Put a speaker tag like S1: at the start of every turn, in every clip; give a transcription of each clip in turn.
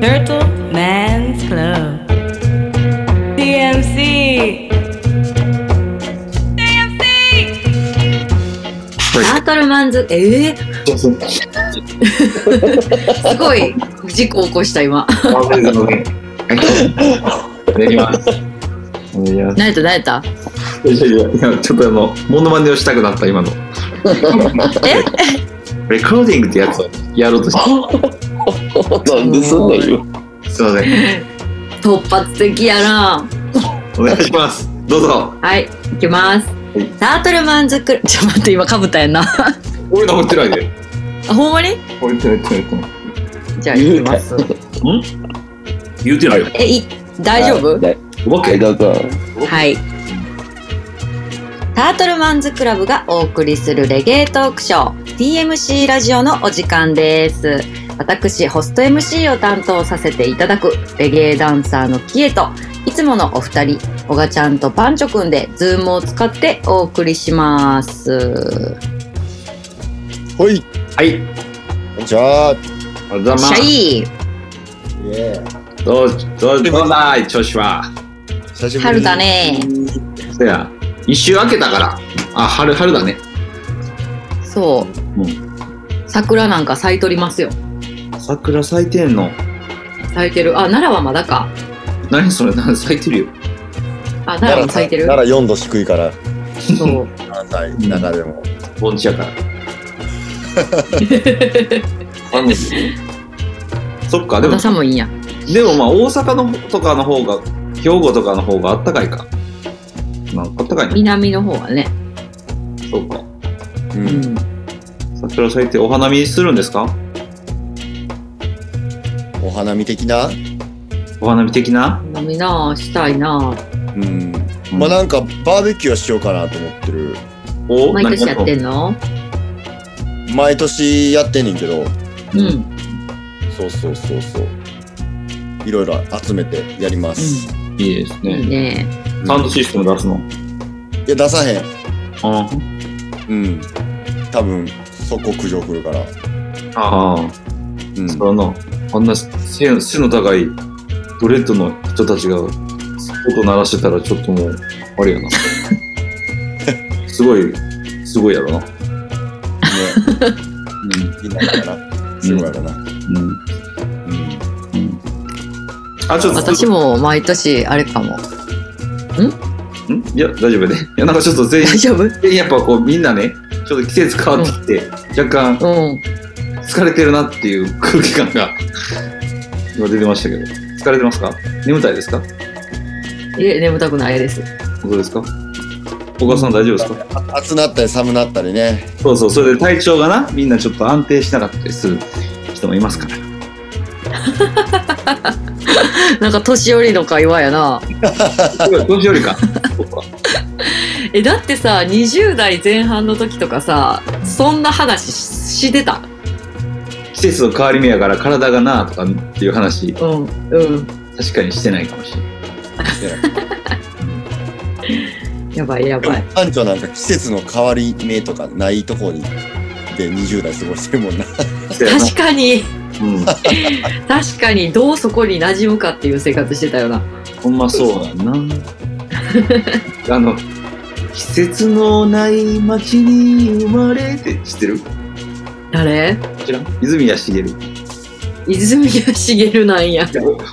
S1: Turtle Man's Club. DMC. DMC.
S2: タートルマンズ、ええ
S3: そうそう。
S2: すごい事故起こした今。
S3: あごめんごめんはいいただきます。お願いします
S2: 慣れた慣れた
S3: いやいやいや、ちょっとあの、モノマネをしたくなった、今の。レコーディングってやつをやろうとして。
S4: なんですんねんよ。
S3: すいません。
S2: 突発的やな
S3: お願いします。どうぞ。
S2: はい、行きます。タートルマンズクラブ。ちょっと待って、今かぶったやんな。
S3: 俺の持ってないで。
S2: あ、ほんまに
S3: 俺ってない、ってない、ってない。
S2: じゃあ行きます。
S3: 言うてないよ。
S2: え、い、大丈夫
S4: はい
S3: わ
S4: はい、
S3: け。
S4: どうぞ。
S2: はい。タートルマンズクラブがお送りするレゲエトークショー TMC ラジオのお時間です。私、ホスト MC を担当させていただくレゲエダンサーのキエと、いつものお二人、オガちゃんとパンチョくんで、ズームを使ってお送りします。
S5: ほい
S3: はい。
S5: じゃあ
S3: おはようございます
S2: シャ。イ
S5: イエー
S3: どう、どう、どうだい、調子は。
S5: 久しぶ
S2: 春
S5: り
S2: だね。
S3: そや、一周開けたから。あ、春、春だね。
S2: そう。
S3: う
S2: 桜なんか咲いとりますよ。
S3: 桜咲いてんの。
S2: 咲いてる。あ、奈良はまだか。
S3: 何それ、何咲いてるよ。
S2: あ、奈良
S5: 奈
S2: も
S5: 良
S2: 咲いてる。
S5: 奈良4度低いから
S2: そう。
S5: 関西中でも
S3: 盆地や から。あのそっか、でも
S2: 野、さんもいいんや。
S3: でもまあ大阪のとかの方が、兵庫とかの方があったかいか。まあ、あったかいね。
S2: 南の方はね。
S3: そうか。
S2: う
S5: う
S2: んん。
S3: 桜咲いてお花見するんですか
S5: お花見的な
S3: お花見的な
S2: 飲みなあしたいなあ
S5: うんまあなんかバーベキューはしようかなと思ってる
S3: お
S2: 毎年やって
S3: る
S2: んの
S5: 毎年やってんねんけど
S2: うん。う
S3: うん
S2: ん。
S5: そうそうそうそういろいろ集めてやります、
S3: いいです
S2: いい
S3: ね。
S2: ね。
S3: サウンドシステム出すの。
S5: いや出さへん
S3: うん。
S5: うん多分そこ苦情来るから
S3: ああ。
S5: うん
S3: そらな、あんな背背の高いドレッドの人たちが音鳴らしてたらちょっともう、あれやな。すごい、すごいやろな。
S5: ね
S3: う
S5: いいんだろうなすごいやろな、
S3: ん。うん。
S5: うん、
S3: うん、あ、ちょっと、
S2: 私も毎年あれかも。
S3: んいや、大丈夫やで。いや、なんかちょっと全員
S2: 大、丈夫うん。
S3: 全員やっぱこうみんなね、ちょっと季節変わってきて、若干疲れてるなっていう空気感が今出てましたけど。疲れてますか眠たいですか
S2: いえ、眠たくないです。
S3: どうですか小川さん大丈夫ですか
S5: 暑なったり寒なったりね
S3: そうそう、それで体調がな、みんなちょっと安定しなかったりする人もいますから。
S2: なんか年寄りの会話やな。
S3: 年寄り か。そうか
S2: え、だってさ、20代前半の時とかさ、そんな話ししてた。
S3: 季節の変わり目やから体がなとかっていう話、
S2: うん。うん。
S3: 確かにしてないかもしれない。
S2: やばいやばい。
S5: 班長なんか季節の変わり目とかないとこにで20代過ごしてる もんな
S2: 確かに、
S3: うん、
S2: 確かに、どうそこに馴染むかっていう生活してたよな。
S3: ほんまそうやん な。あの、季節のない街に生まれて知ってる
S2: 誰
S3: 知らん泉谷しげる。
S2: 泉谷しげるなんや。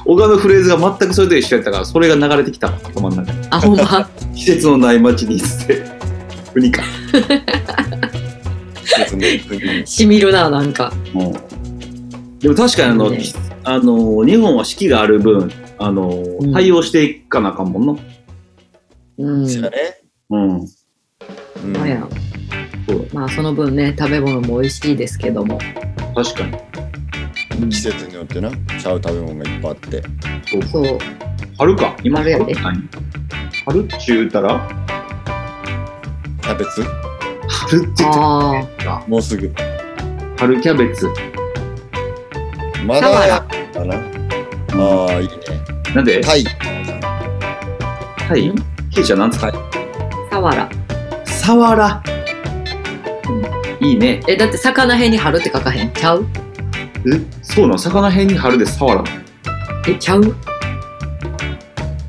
S3: 小川のフレーズが全くそれと一緒やったから、それが流れてきたわ頭の中に。
S2: あ、ほんま。
S3: 季節のない街に捨 て、国か。
S5: 季節の変
S2: しみるな、なんか。
S3: もうでも確かにあの、
S2: ね
S3: あの日本は四季がある分あの、
S2: ん
S3: 対応していかなあかんもんな。
S2: うん。
S5: わりだね、
S3: うん。
S5: うん
S2: まあや
S3: そう
S2: まあその分ね食べ物も美味しいですけども
S3: 確かに。
S5: 季節によってなちゃう食べ物がいっぱいあって
S2: そう
S3: 春か。今
S2: 春やで
S3: 春なん春っちゅうたら
S5: キャベツ
S3: 春って言って
S2: ああ
S5: もうすぐ
S3: 春キャベツ。
S5: ま
S2: サワ
S5: だ
S2: ラ
S5: かなああいいね
S3: なんで
S5: タイ
S3: タイケイちゃんなんつった
S2: サワラ
S3: サワラ。いいね。
S2: えだって魚へんに春って書かへんちゃう
S3: えそうなの魚辺に春でサワラ。
S2: え、ちゃう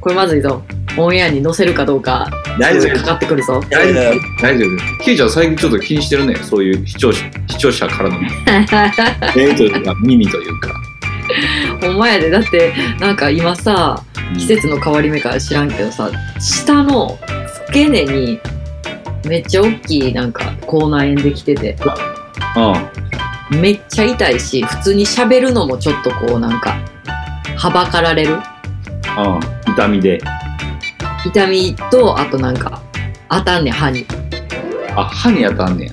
S2: これまずいぞ。オンエアに載せるかどうか、
S3: 大丈夫
S2: かかってくるぞ。
S3: 大丈
S5: えー
S3: 夫。大丈夫。ケイちゃん最近ちょっと気にしてるね。そういう視聴者視聴者 からの目というか 耳というか。
S2: ほんまやで。だって、なんか今さ、季節の変わり目から知らんけどさ、下の付け根に、めっちゃ大きいなんか口内炎できてて、
S3: あ
S2: めっちゃ痛いし、普通に喋るのもちょっとこうなんか、はばかられる。
S3: あ、ああ、痛みで。
S2: 痛みと、あとなんか、当たんねん、歯に。
S3: あ、歯に当たんね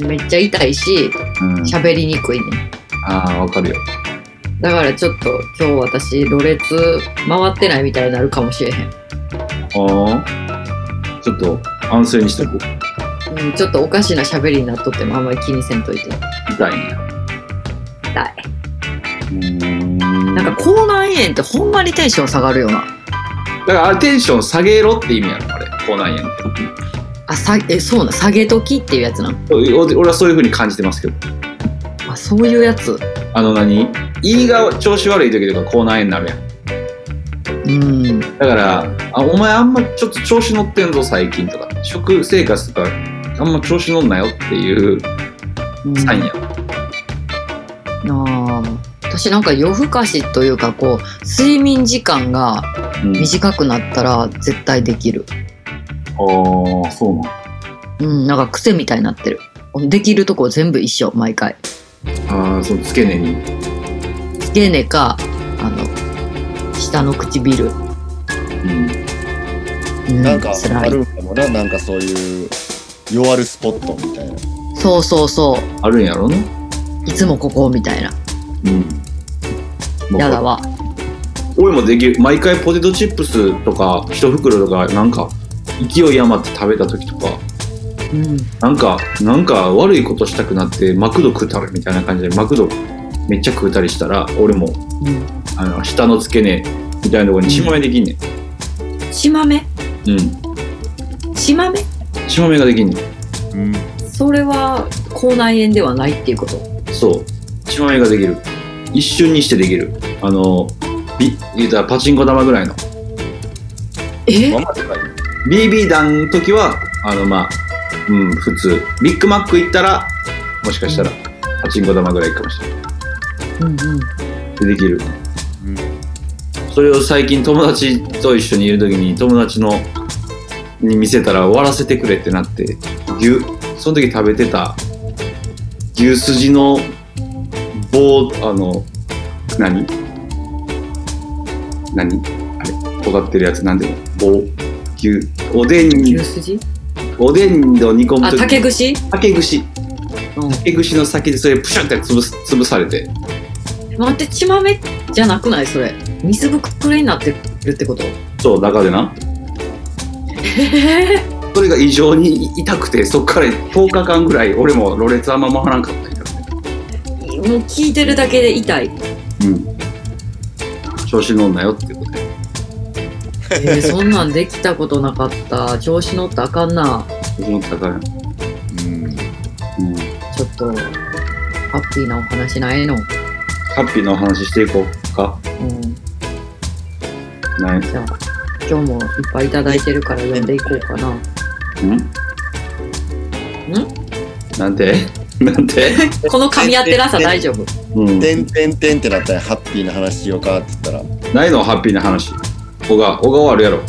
S3: や。
S2: めっちゃ痛いし、
S3: うん。
S2: 喋りにくいねん。
S3: ああ、わかるよ。
S2: だからちょっと今日私ろれつ回ってないみたいになるかもしれへん、
S3: ああ。ちょっと安静にしとこう。
S2: うん、ちょっとおかしな喋りになっとってもあんまり気にせんといて
S3: 痛いね。
S2: 痛いう
S3: ーん。
S2: なんか口内炎ってほんまにテンション下がるよな
S3: だからあれテンション下げろって意味やろ、あれ。口内炎って。
S2: あさえそうな下げときっていうやつな
S3: お俺はそういう風に感じてますけど。
S2: あそういうやつ
S3: あの何胃が調子悪い時とか口内炎になるやん。
S2: うん
S3: だから、あお前あんまちょっと調子乗ってんぞ最近とか、食生活とかあんま調子乗んなよっていう
S2: うん
S3: サインや。
S2: あー私なんか夜更かしというかこう睡眠時間が
S3: うん
S2: 短くなったら絶対できる
S3: ああ、そうな
S2: うんなんか癖みたいになってるできるとこ全部一緒毎回
S3: の。ああ、その付け根に。
S2: 付け根かあの下の唇
S3: うん。
S2: うん
S5: なんか
S2: 辛
S5: あ
S2: い
S5: るんかもな、なんかそういう弱るスポットみたいな。
S2: そうそうそ
S3: あるんやろな。
S2: ういつもここみたいな
S3: うん。
S2: やだわ
S3: 俺もできる毎回ポテトチップスとか一袋とかなんか勢い余って食べた時とか
S2: うん
S3: なんかなんか悪いことしたくなってマクド食うたるみたいな感じでマクドめっちゃ食うたりしたら俺も
S2: うん
S3: あの下の付け根みたいなところにしまめできんねん
S2: しまめ
S3: うん
S2: しまめ
S3: しまめができんね
S5: うん。
S2: それは口内炎ではないっていうこと
S3: んそうしまめができる一瞬にしてできるあのビ言うたらパチンコ玉ぐらいの
S2: え
S5: まあまあでかい
S3: BB 弾の時はあのまあうん普通ビッグマック行ったらもしかしたらパチンコ玉ぐらいかもしれない
S2: うんうん
S3: でできる、それを最近友達と一緒にいる時に友達のに見せたら終わらせてくれってなって牛その時食べてた牛すじの棒あの何何あれ尖ってるやつ何でも棒牛おでん
S2: 牛すじ
S3: おでんの煮込む
S2: あ
S3: 時
S2: 竹串
S3: 竹串
S2: うん
S3: 竹串の先でそれプシュンって潰す潰されて
S2: 待って血豆じゃなくないそれ水ぶくれになってるってこと
S3: そう中でな
S2: ええ
S3: それが異常に痛くてそこから10日間ぐらい俺もろれつあんま回らんかったんや
S2: もう聞いてるだけで痛い
S3: うん調子乗んなよってことで
S2: え ー、そんなんできたことなかった調子乗ったらあかんな
S3: 調子乗ったから
S5: うん。
S3: うん
S2: ちょっとハッピーなお話ないの
S3: ハッピーなお話していこうか
S2: うん
S3: ない
S2: じゃあ今日もいっぱいいただいてるから読んでいこうかな。
S3: んなんてなんて
S2: この噛み合ってなさ大丈夫。
S3: うん
S5: てんてんてんってなったらハッピーな話しようかって言ったら、
S3: ないのハッピーな話小川小川あるやろ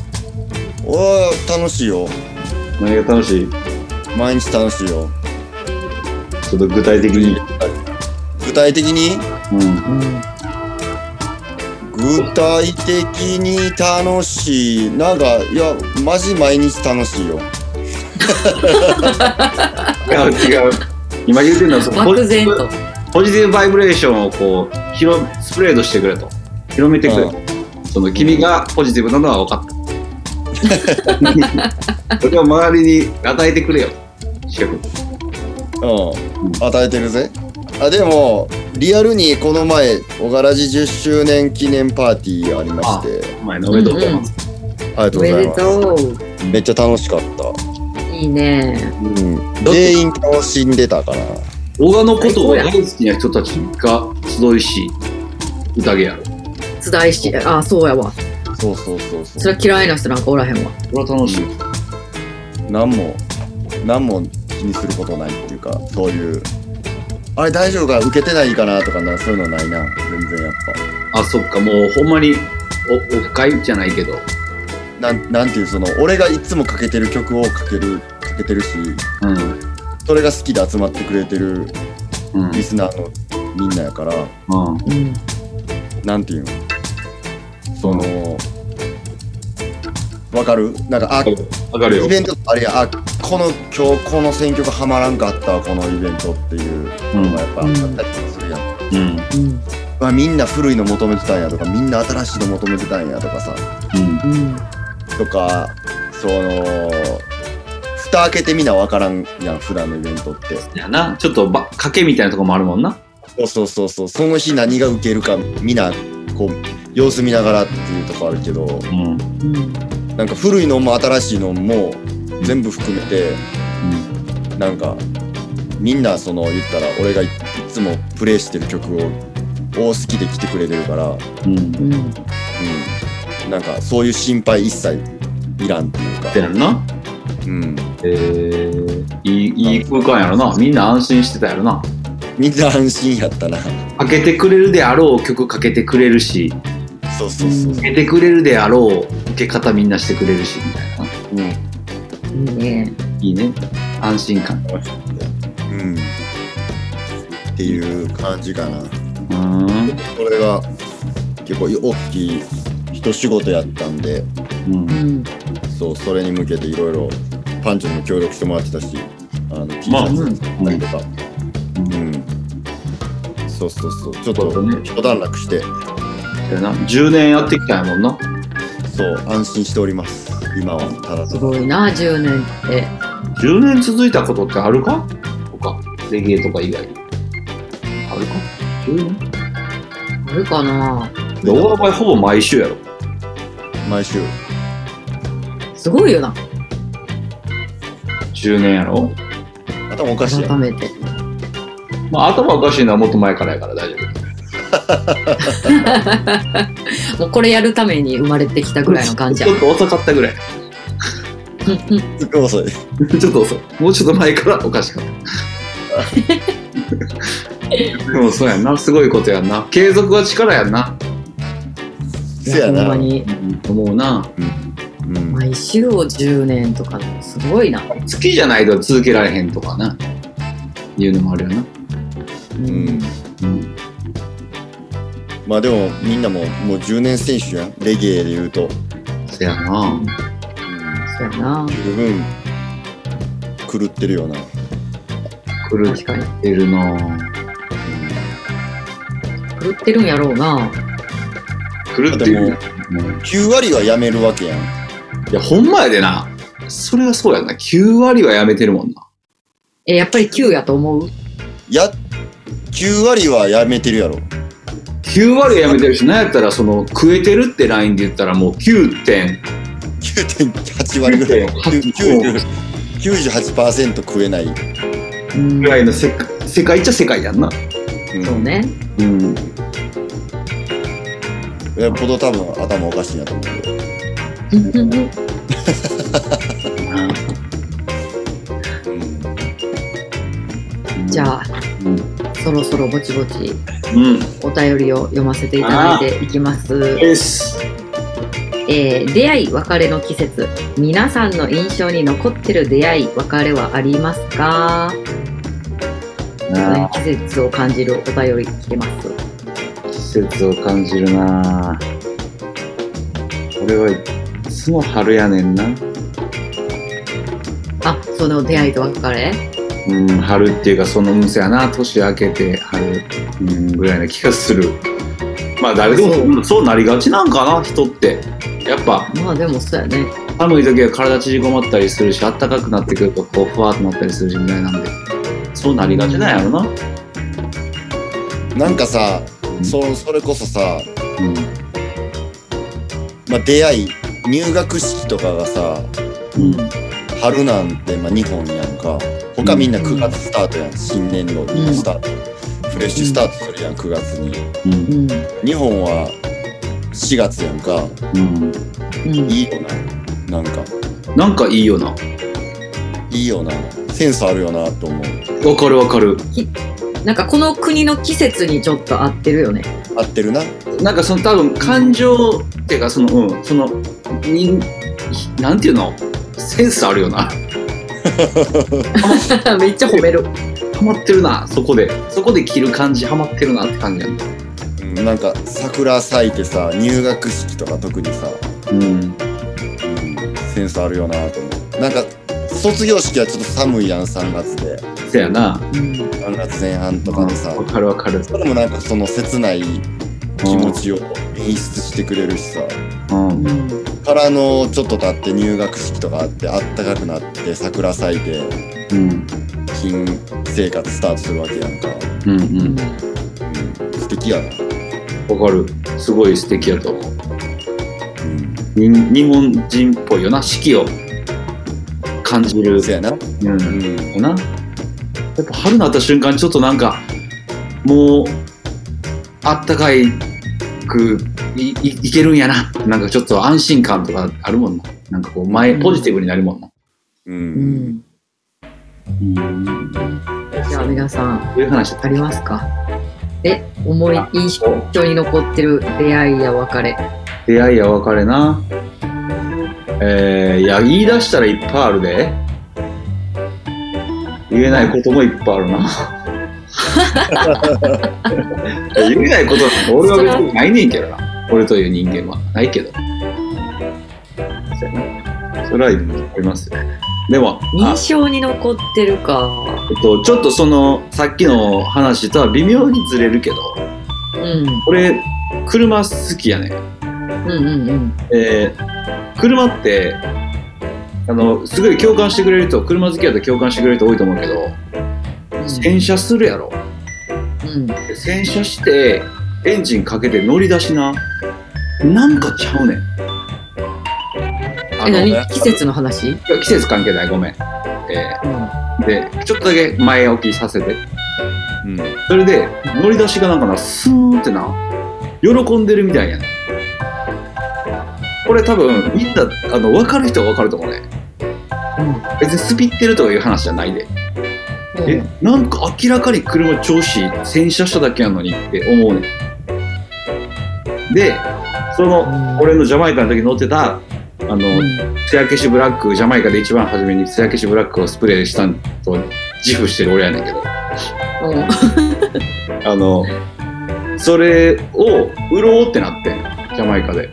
S5: おー、楽しいよ。
S3: 何が楽しい
S5: 毎日楽しいよ。
S3: ちょっと具体的に
S5: 具体的に
S3: うん
S5: 具体的に楽しい。なんか、いや、マジ毎日楽しいよ。
S3: 違う違う今言うてんのはそのポ
S2: 漠
S3: ジテ
S2: 然
S3: ィブ
S2: と。
S3: ポジティブバイブレーションをこう広スプレードしてくれと広めてくれとその君がポジティブなのは分か ったそれを周りに与えてくれよ近く
S5: うん。与えてるぜ。あ、でも、リアルにこの前、小柄寺10周年記念パーティーありまして、
S3: お前のおめでとうございます、
S5: ありが
S2: お
S5: とうご
S2: め
S5: ざ
S2: で
S5: います。
S2: とう。
S5: めっちゃ楽しかった。
S2: いいね。
S5: うん、全員楽しんでたから。
S3: 小川のことを大好きな人たちが集いし宴やろ
S2: 手伝いし、あ、そうやわ。
S5: そうそうそうそう
S2: それは嫌いな人なんかおらへんわ。
S3: これは楽しい。
S5: 何も何も気にすることないっていうかそういうあれ大丈夫か受けてないかなとかなそういうのないな全然やっ
S3: あ、そっか、もうほんまにお、オフ会じゃないけど。
S5: ぱなんなんていうその俺がいつもかけてる曲をかけるかけてるし
S3: うん。
S5: それが好きで集まってくれてる
S3: うん。
S5: リスナーのみんなやから
S3: うん。
S2: うん。
S5: なんていうのそのわかるなんかあ
S3: わかるよ
S5: イ。ベントあれやあこの今日この選曲はまらんかったわこのイベントっていう
S3: うん
S5: のがやっぱあったりとかするやん
S3: うん。
S2: うん。
S5: まあ、みんな古いの求めてたんやとかみんな新しいの求めてたんやとかさ
S3: うん。
S2: うん。
S5: とかその蓋開けてみな分からんやん普段のイベントって
S3: やな。ちょっとば、賭けみたいなとこもあるもんな。
S5: そうそうそうそうその日何が受けるかみんなこう様子見ながらっていうとこあるけ
S3: う
S5: ど
S3: ん。うん。
S2: うん。
S5: なんか古いのも新しいのも全部含めてなんかみんなその言ったら俺がいつもプレイしてる曲をを好きで来てくれてるから、う
S3: うん。
S2: うん。
S5: ん、なんかそういう心配一切いらんっていうか
S3: って。やるな。
S5: うん
S3: えー、いい、いい空間やろな。みんな安心してたやろな。
S5: みんな安心やったな。
S3: かけてくれるであろう曲かけてくれるし、
S5: そうそうそう。
S3: かけてくれるであろう受け方みんなしてくれるし、みたいな。
S2: いいね。
S3: いいね。安心感。
S5: うん。っていう感じかな。
S3: うん。
S5: これが結構大きい一仕事やったんで、
S3: うん
S2: う。ん。
S5: そう、それに向けていろいろパンチョにも協力してもらってたし、あの、T シャツ作ったりとか。うん。そうそうそう。ちょっ
S3: そうだ
S5: と
S3: ね
S5: 一段落して、
S3: そうやな。10年やってきたんやもんな。
S5: そう、安心しております。今はただ
S2: す
S5: ただ。
S2: ごいな、10年って。
S3: 10年続いたことってあるかとか、レゲエとか以外に。あるか ?10 年
S2: あるかな
S3: で、大幅ほぼ毎週やろ。
S5: 毎週。
S2: すごいよな、
S3: 10年やろ。
S5: 頭おかしいや
S2: 改
S5: ん。
S2: めて。
S3: まあ、頭おかしいのはもっと前からやから大丈夫。
S2: もうこれやるために生まれてきたぐらいの感じや
S3: ちょっと遅かったぐらい。
S5: すっごい遅い。
S3: ちょっと遅い。もうちょっと前からおかし かった。でもそうやんな。すごいことやんな。継続は力やんな。
S5: せや
S2: ほん
S5: な。
S2: ま
S5: うん。
S2: に。
S3: 思うな。
S5: うん
S2: 毎週を10年とかのすごいな。
S3: 好きじゃないと続けられへんとかな。いうのもあるよな。
S2: うん。
S3: うん。
S5: まあでもみんなももう10年選手やんレゲエで言うと、
S3: せやな。
S2: そうやな。
S5: 十分狂ってるよな
S3: 狂っ
S2: 確かに。
S3: てるな。
S2: 狂ってるんやろうな。
S3: 狂って
S5: でも
S3: る。うん
S5: 9割はやめるわけやん
S3: いや、ほんまやでな。それはそうやんな。9割はやめてるもんな。
S2: え、やっぱり9やと思う
S5: や9割はやめてるやろ
S3: 9割はやめてるし、なんやったら、その、食えてるってラインで言ったらもう9点。
S5: 9.8割ぐらい
S3: 9.8
S5: 98%食えない、
S2: うん
S3: ぐ。らいの世界世界っちゃ世界やんな。
S5: うん
S2: そうね。
S3: うん。
S5: よっぽど多分頭おかしいなと思うけど
S2: じゃあ、
S3: うん。
S2: そろそろぼちぼち
S3: うん。
S2: お便りを読ませていただいていきます。
S3: です。
S2: えー出会い別れの季節皆さんの印象に残ってる出会い別れはありますか季節を感じるお便り来てます
S3: 季節を感じるな俺はいつも春やねんな。
S2: あその出会いと別れ
S3: うん、春っていうかそのうんせやな。年明けて春、うん、ぐらいな気がする。まあ誰でも
S2: そう
S3: うんそうなりがちなんかな、人って。やっぱ
S2: まあでもそうやね
S3: 寒い時は体縮こまったりするし、暖かくなってくるとこうふわっとなったりするしみたいなんで、そうなりがちなんやろな。
S5: なんかさ
S3: ん
S5: そそれこそさ、
S3: うん。
S5: まあ、出会い入学式とかがさ
S3: うん。
S5: 春なんてまあ2本やんか他みんな9月スタートやん新年度にスタート、フレッシュスタートするやん9月に
S3: うん
S2: うん
S5: 日本は4月やんか
S3: うん、
S6: うん
S5: いいよななんか
S3: なんかいいよな。
S5: いいよなセンスあるよなと思う
S3: わかるわかる。
S6: なんかこの国の季節にちょっと合ってるよ ね。
S5: 合ってるな
S3: なんかその多分感情っていうかそのうんそのになんていうのセンスあるよな。
S6: めっちゃ褒める。
S3: ハマってるなそこでそこで着る感じハマってるなって感じやん。
S5: うんなんか桜咲いてさ入学式とか特にさ、
S3: うん。
S5: うんセンスあるよなと思うなんか卒業式はちょっと寒いやん3月で
S3: せやな。
S5: 3月前半とかでさ、
S3: わかるわかる。
S5: それもなんかその切ない気持ちを演出してくれるしさ
S3: うん。
S5: からのちょっと経って入学式とかあってあったかくなって桜咲いて
S3: うん。
S5: 新生活スタートするわけやんか、
S3: うんうん。
S5: うん、素敵やな、
S3: わかる。すごい素敵やと思う。
S5: うん、
S3: に日本人っぽいよな四季を感じる。
S5: そうやな、
S3: うん。
S5: うん、
S3: なやっぱ春になった瞬間にちょっとなんかもうあったかいくいいいけるんやななんかちょっと安心感とかあるもんななんかこう前、
S6: うん
S3: ポジティブになるもんな、
S5: うん、
S6: じゃあ皆さん
S3: そういう話だった
S6: ありますかえ思い印象に残ってる出会いや別れ。
S3: 出会いや別れなえー、いや言い出したらいっぱいあるで言えないこともいっぱいあるないや言えないことなんて俺は別にないねんけどな俺という人間はないけどそうやなそれはいっぱいありますよでもあ
S6: 印象に残ってるか。
S3: えっとちょっとそのさっきの話とは微妙にずれるけど
S6: うん
S3: 俺車好きやねん
S6: うんうんうん。
S3: えー車ってあのすごい共感してくれる人車好きだと共感してくれる人多いと思うけど洗車するやろ
S6: うん
S3: で洗車してエンジンかけて乗り出しななんかちゃうねんあ
S6: え
S3: のい
S6: 何季節の話？
S3: や季節関係ないごめん、え
S6: うん
S3: ーでちょっとだけ前置きさせて
S5: うん、
S3: それで乗り出しがなんかなスーンってな喜んでるみたいやねんこれ多分みんなあの分かる人は分かると思うね
S6: うん
S3: 別にスピってるとかいう話じゃないで、え
S6: うん
S3: なんか明らかに車調子いい洗車しただけやのにって思うねんでその俺のジャマイカの時乗ってたあの艶消しブラックジャマイカで一番初めに艶消しブラックをスプレーしたんと自負してる俺やねんけど
S6: うん
S3: あのそれを売ろうってなってんジャマイカで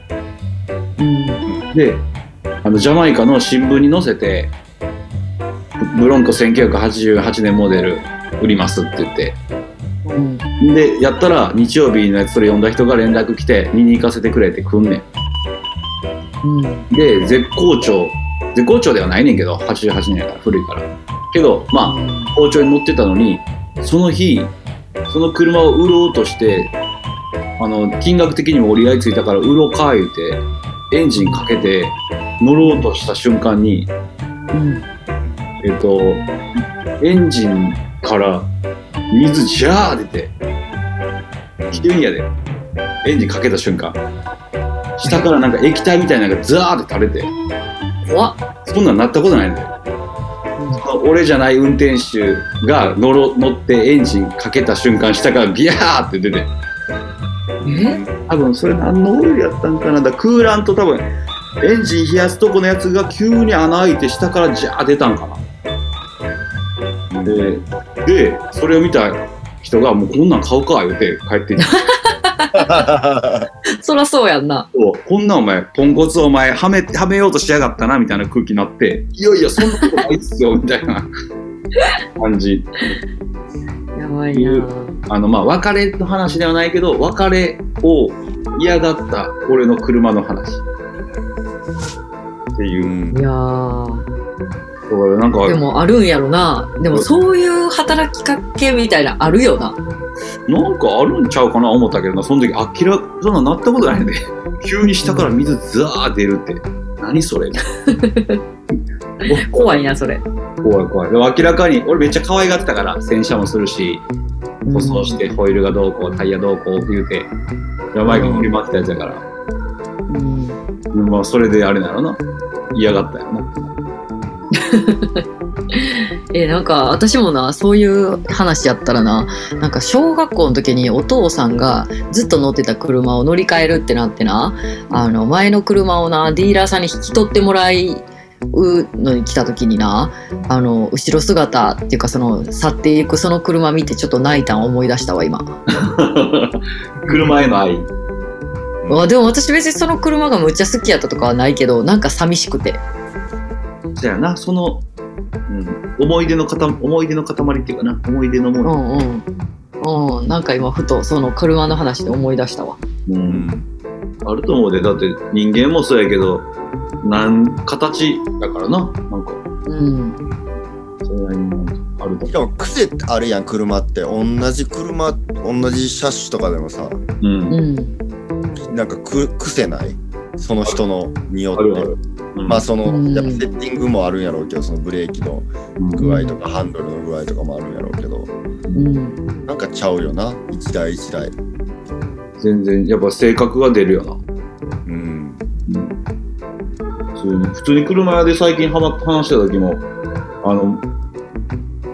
S6: うん
S3: であのジャマイカの新聞に載せてブロンコ1988年モデル売りますって言って
S6: うん
S3: でやったら日曜日のやつそれ読んだ人が連絡来て見に行かせてくれって来んね
S6: うん
S3: んで絶好調絶好調ではないねんけど88年やから古いからけどまあ好調に乗ってたのにその日その車を売ろうとしてあの金額的にも折り合いついたから売ろうか言うてエンジンかけて乗ろうとした瞬間に
S6: うん
S3: えっと、エンジンから水ジャー出て、来てるんやで。エンジンかけた瞬間。下からなんか液体みたいなのがザーって垂れて、
S6: 怖っ
S3: そんなんなったことないんだよ。俺じゃない運転手が乗ろ乗ってエンジンかけた瞬間、下からビヤーって出て、
S6: え
S3: 多分それ何のオイルやったんかな。だからクーラント多分、エンジン冷やすとこのやつが急に穴開いて下からジャー出たんかな。ででそれを見た人が「もうこんなん買うか」言うて帰っていって
S6: そらそうやんな。
S3: こんなんお前ポンコツお前はめはめようとしやがったな」みたいな空気になって「いやいやそんなことないっすよ」みたいな感じ
S6: やばいな。
S3: あのまあ別れの話ではないけど別れを嫌がった俺の車の話っていうう、
S5: ん
S6: いやー。
S3: だからなんか
S6: でもあるんやろな。でもそういう働きかけみたいなあるよな。
S3: なんかあるんちゃうかな思ったけどなその時明らかそんなんなったことないね 急に下から水ザー出るって何それ お
S6: 怖いな、それ。
S3: 怖い怖いでも明らかに俺めっちゃ可愛がってたから洗車もするし塗装してホイールがどうこうタイヤどうこう言うてやばいが振り回ってたやつやから、まあそれであれなのな嫌がったよな
S2: えーなんか私もなそういう話やったらななんか小学校の時にお父さんがずっと乗ってた車を乗り換えるってなってなあの前の車をなディーラーさんに引き取ってもらうのに来た時になあの後ろ姿っていうかその去っていくその車見てちょっと泣いたん思い出したわ今、
S3: 車への愛
S2: あでも私別にその車がむっちゃ好きやったとかはないけどなんか寂しくて
S3: じゃあなその、うん、思い出のかた思い出の塊っていうかな思い出のも
S2: うん
S3: の、
S2: うんうん、なんか今ふとその車の話で思い出したわ
S3: う、
S5: うんん
S3: あると思うでだって人間もそうやけどなん形だからななんか
S2: うん
S3: それなりのあると
S5: しかも癖ってあるやん車って同じ車同じ車種とかでもさ
S3: うん、
S2: う
S3: あ
S2: ん
S5: なんかく癖ないその人のによ
S3: るあ
S5: って
S3: る、うん
S5: まあその
S2: うん
S5: やっぱセッティングもあるんやろうけどそのブレーキの具合とかハンドルの具合とかもあるんやろうけど
S2: うん
S5: なんかちゃうよな一台一台
S3: 全然やっぱ性格が出るよな
S5: うん
S3: 普通に普通に車屋で最近はま話した時もあの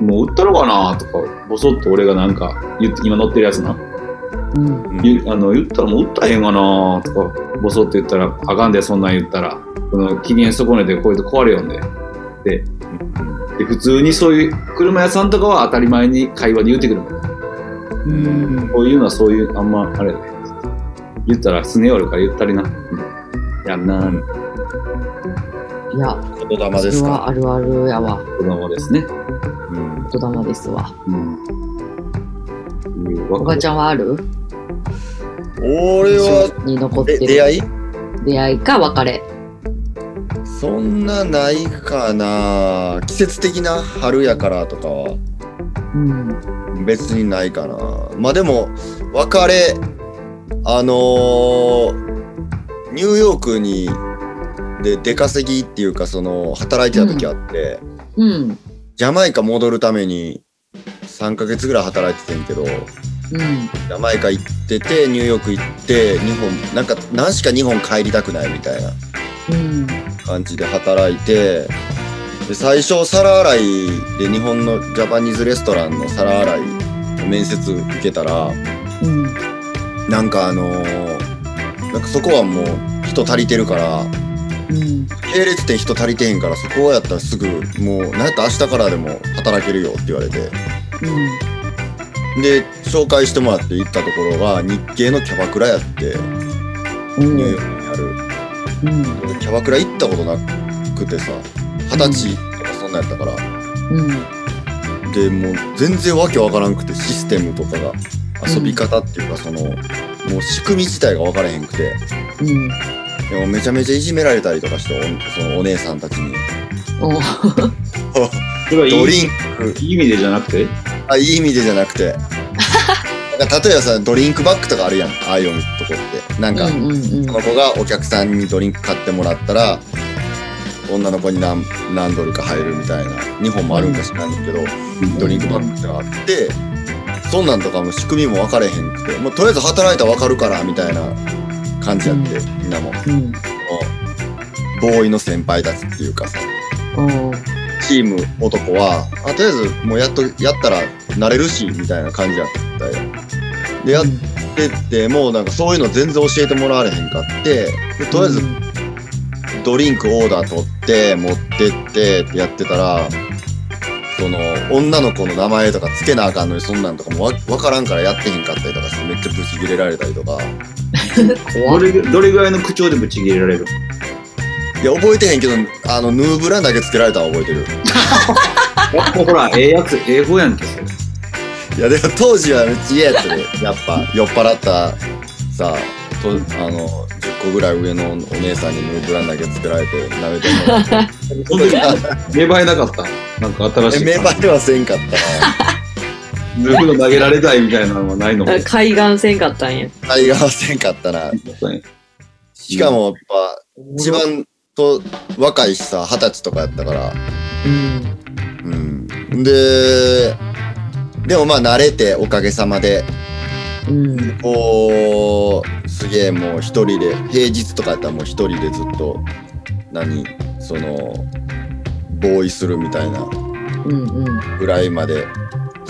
S3: もう売ったろかなとかボソッと俺がなんか言って今乗ってるやつな、
S2: うん
S3: ゆあの言ったらもう売ったらええんかなとかボソッと言ったらあかんでそんなん言ったらこの機嫌損ねてこういうと壊れよんでで普通にそういう車屋さんとかは当たり前に会話に言うてくるもん
S2: うん
S3: こういうのはそういうあんまあれやね言ったらすねおるから言ったりなやんなー
S2: いや、
S5: 言霊
S2: そ
S5: で
S2: れ
S5: す
S2: は
S5: か
S2: あるあるやわ。
S3: 子供ですね
S5: うん
S2: 言霊ですわ。
S3: うんいうわ
S2: おばちゃんはある
S5: 俺は
S2: 印象に残って
S5: え
S2: る
S5: 出会い
S2: 出会いか別れ。
S5: そんなないかな季節的な春やからとかは
S2: うん。
S5: 別にないかなまあでも別れあのーニューヨークにで出稼ぎっていうかその働いてた時あって、
S2: うん。
S5: ジャマイカ戻るために3ヶ月ぐらい働いててんけどジ
S2: うん。
S5: ャマイカ行っててニューヨーク行って日本なんか何しか日本帰りたくないみたいな
S2: うん。
S5: 感じで働いてで最初皿洗いで日本のジャパニーズレストランの皿洗いの面接受けたら
S2: うん。
S5: なんかあのーなんかそこはもう人足りてるから
S2: うん。
S5: 系列店人足りてへんからそこやったらすぐもうなんやったら明日からでも働けるよって言われてで紹介してもらって行ったところが日系のキャバクラやって
S2: うん。
S5: ニュ
S2: う
S5: ーヨークにある
S2: ん。
S5: 俺キャバクラ行ったことなくてさ二十歳とかそんなんやったから。
S2: うん。
S5: でもう全然わけわからんくてシステムとかが遊び方っていうかその、もう仕組み自体が分からへんくて
S2: うん。
S5: でもめちゃめちゃいじめられたりとかしておそのお姉さんたちに
S2: お
S3: それはいい
S5: ドリンク
S3: いい意味でじゃなくて
S5: あいい意味でじゃなくてなんか例えばさドリンクバッグとかあるやんああいうとこってなんか、
S2: うんうんうん
S5: その子がお客さんにドリンク買ってもらったら女の子に何何ドルか入るみたいな2本もあるんか知らんねんけど、ドリンクバッグってのがあってそんなんとかも仕組みも分かれへんくてもうとりあえず働いたら分かるからみたいな感じやって、みんなも
S2: うん。
S5: ボーイの先輩たちっていうかさ
S2: お
S5: チーム男はあとりあえずもうやっとやったら慣れるしみたいな感じやったよでやってってもうなんかそういうの全然教えてもらわれへんかってでとりあえず
S2: うん
S5: ドリンクオーダー取って持ってってってやってたらその女の子の名前とかつけなあかんのにそんなんとかもわ分からんからやってへんかったりとかしてめっちゃブチ切れられたりとかい
S3: どれぐどれぐらいの口調でぶち切れられる
S5: や覚えてへんけどあのヌーブランだけつけられたは覚えてる
S3: やっぱほら、ええやつ、英語やんけ、それ。
S5: いやでも当時はめっちゃ嫌やったでやっぱ酔っ払ったさとあの10個ぐらい上のお姉さんにヌーブランだけつけられて舐めてもらって
S3: その時、芽生えなかった。なんか新 しい。
S5: え芽生えはせんかったな
S3: ぬるの投げられたいみたいなのはないのも。
S2: あ海岸せんかったんや。
S5: 対がはせんかったなしかもやっぱ一番と若いしさ二十歳とかやったから
S2: うん。
S5: うんででもまあ慣れておかげさまで
S2: うん。
S5: こうすげえもう一人で平日とかやったらもう一人でずっと何そのボーイするみたいな
S2: うんうん
S5: ぐらいまで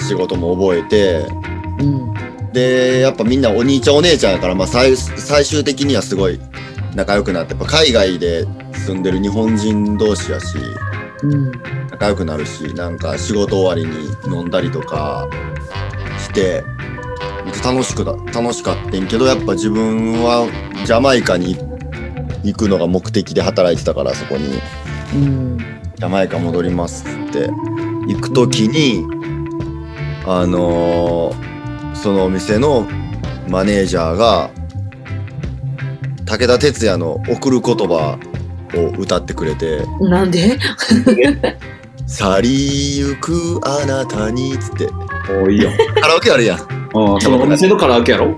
S5: 仕事も覚えて
S2: うん
S5: でやっぱみんなお兄ちゃんお姉ちゃんやから、まあ、最最終的にはすごい仲良くなってやっぱ海外で住んでる日本人同士やし
S2: うん
S5: 仲良くなるしなんか仕事終わりに飲んだりとかしてめっちゃ楽しくだ楽しかったんけどやっぱ自分はジャマイカに行くのが目的で働いてたからそこに。
S2: うん
S5: ジャマイカ戻りますって行く時にあのーそのお店のマネージャーが武田鉄矢の「贈る言葉」を歌ってくれて
S2: なんで
S5: 「去りゆくあなたに」っつって
S3: おいいよ。
S5: カラオケあるやん
S3: うん、そのお店のカラオケやろ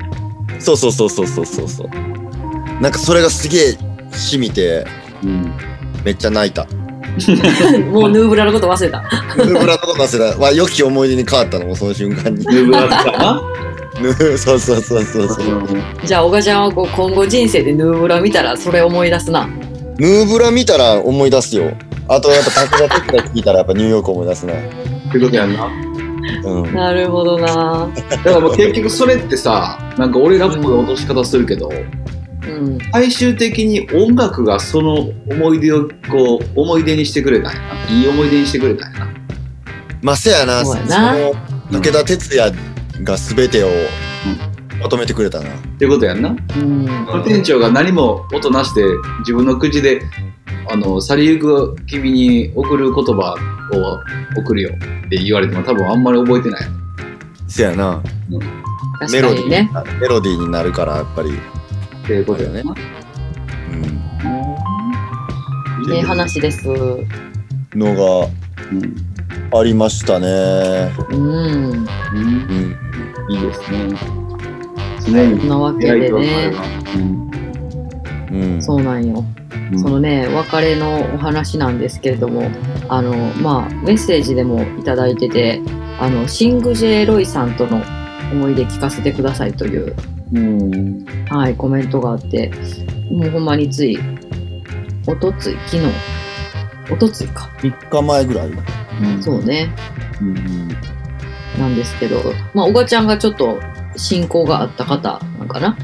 S5: そうそうそうそうそうそうそうなんかそれがすげえ染みて
S3: うん。
S5: めっちゃ泣いた
S2: もうヌーブラのこと忘れた
S5: ヌーブラのこと忘 れたわ良き思い出に変わったのもうその瞬間に
S3: ヌーブラだったな。
S5: ヌーそうそうそう そうそう
S2: じゃあ小賀ちゃんはこう今後人生でヌーブラ見たらそれ思い出すな
S5: ヌーブラ見たら思い出すよ。あとやっぱタクラテック聞いたらやっぱニューヨーク思い出すな。
S3: ってことやんな。
S5: うん。
S2: なるほどな
S3: だからもう結局それってさ、なんか俺ラップの落とし方するけど、
S2: うん
S3: 最終的に音楽がその思い出をこう、思い出にしてくれたんやな。いい思い出にしてくれたんやな。
S5: まあ、せやな、
S2: そうや
S5: そ
S2: な
S5: の武田鉄矢が全てをまとめてくれたな。
S3: ってことやんな。
S2: うん
S3: 店長が何も音なしで自分の口で「あの去りゆく君に送る言葉を送るよ」って言われても多分あんまり覚えてない
S5: せやな、メ
S2: 確か
S5: ロ
S2: に
S5: ディーに
S2: ね
S5: なメロディーになるからやっぱり。
S3: っていうことやね。
S5: う。
S3: うん
S2: いい話ですうん
S5: のがありましたね。
S2: ん
S3: うん
S5: うん。
S3: いいですね。常に
S2: なわけでね
S5: うん。
S2: そうなんよ
S3: うん
S2: そのね別れのお話なんですけれどもあのまあメッセージでもいただいててあのシング・ジェ・ロイさんとの思い出聞かせてくださいという、
S3: うん
S2: はい、コメントがあってもうほんまについおとつい昨日おとついか
S5: 3日前ぐらい。
S2: そうね
S5: うん。
S2: なんですけどまあおがちゃんがちょっと親交があった方なんかな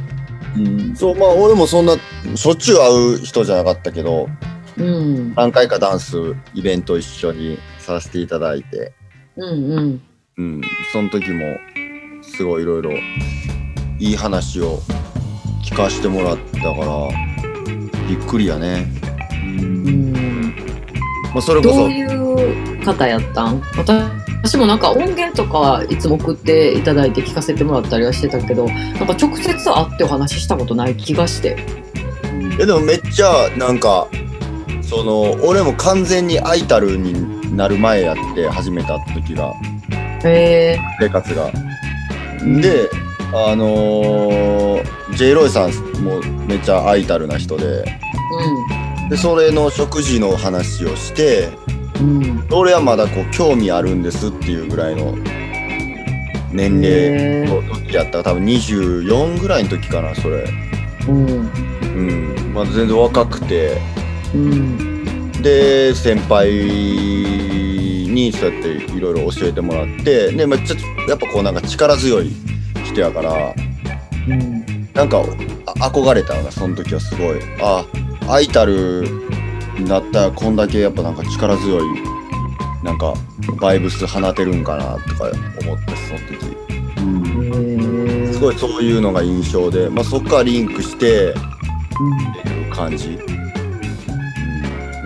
S3: うん
S5: そう、まあ俺もそんなしょっちゅう会う人じゃなかったけど、
S2: うん
S5: 何回かダンスイベント一緒にさせていただいて。
S2: うんうん
S5: うん、その時もすごいいろいろいい話を聞かせてもらったからびっくりやね、
S2: うん
S5: まあ、それこ
S2: ど
S5: そう
S2: いう方やったん私もなんか音源とかいつも送っていただいて聞かせてもらったりはしてたけどなんか直接会ってお話ししたことない気がして
S5: えでもめっちゃなんかその俺も完全にアイタルになる前やって始めた時が
S2: へえ
S5: 生活が。であのー、J ロイさんもめっちゃアイタルな人ででそれの食事の話をして。
S2: うんうん
S5: 俺はまだこう興味あるんですっていうぐらいの年齢
S2: へえ
S5: の時やった多分24ぐらいの時かなそれ
S2: うん
S5: うんまだ全然若くて
S2: うん
S5: で先輩にそうやっていろいろ教えてもらってでめっちゃやっぱこうなんか力強い人やから
S2: うん
S5: なんかあ憧れたのがその時はすごいあアイタルになったらこんだけやっぱなんか力強いなんかバイブス放てるんかなとか思ってその時
S3: うん
S2: へえ
S5: すごいそういうのが印象で、まあ、そっからリンクしてっていう感じ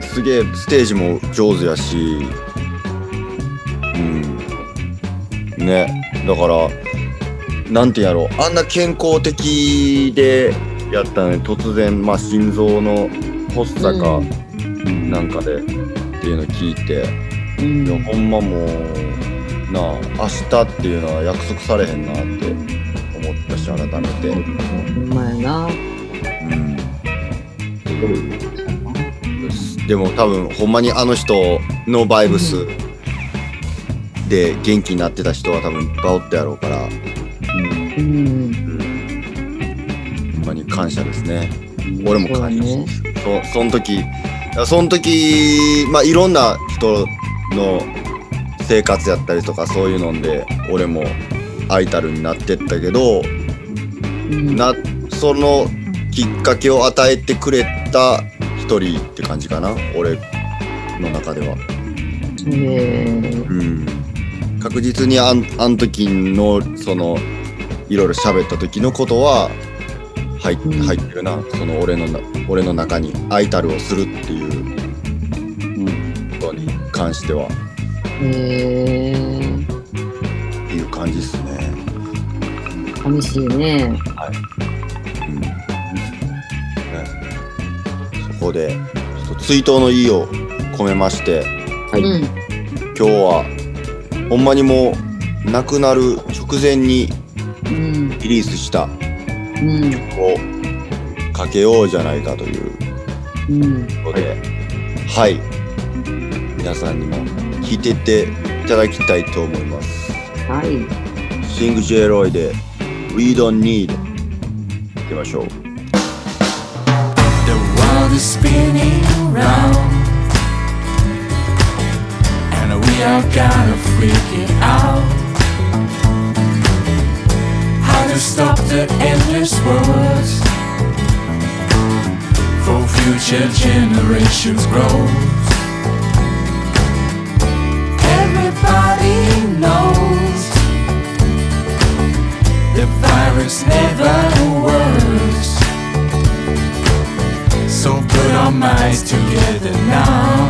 S5: すげえステージも上手やしうんねだからなんていうんやろうあんな健康的でやったのに突然、まあ、心臓の発作かなんかで、っていうの聞いて、
S2: うん
S5: いやほんまもうなあ明日っていうのは約束されへんなって思ったし改めて、
S2: ほんまやな
S5: うん、でも多分ほんまにあの人のバイブスで元気になってた人は多分いっぱいおったやろうから、
S2: うん
S5: まに感謝ですね。
S3: うん
S5: 俺も感謝です。そその時、その時、まあいろんな人の生活やったりとかそういうので、俺もアイタルになってったけど、なそのきっかけを与えてくれた一人って感じかな俺の中では、
S2: えー
S5: うん、確実にあんあん時のそのいろいろ喋った時のことは入っ
S2: うん
S5: 入ってるなその俺のな俺の中にアイタルをするっていう
S4: うん
S5: ことに関しては
S2: えー
S5: っていう感じですね、
S2: 寂しいね。
S5: うんねそこでちょっと追悼の意を込めまして
S3: はい
S2: うん。
S5: 今日はほんまにもう亡くなる直前に
S2: うん。
S5: リリースした
S2: うん。
S5: 曲をかけようじゃないかという
S2: うん。
S5: ことではい、皆さんにも聴いてっていただきたいと思います
S2: はい。
S5: シング・ジェロイで「We Don't Need」いきましょう
S7: The world is spinning round And we are gonna freak it out How to stop the endless wars For future generations grows Everybody knows The virus never works so put our minds together now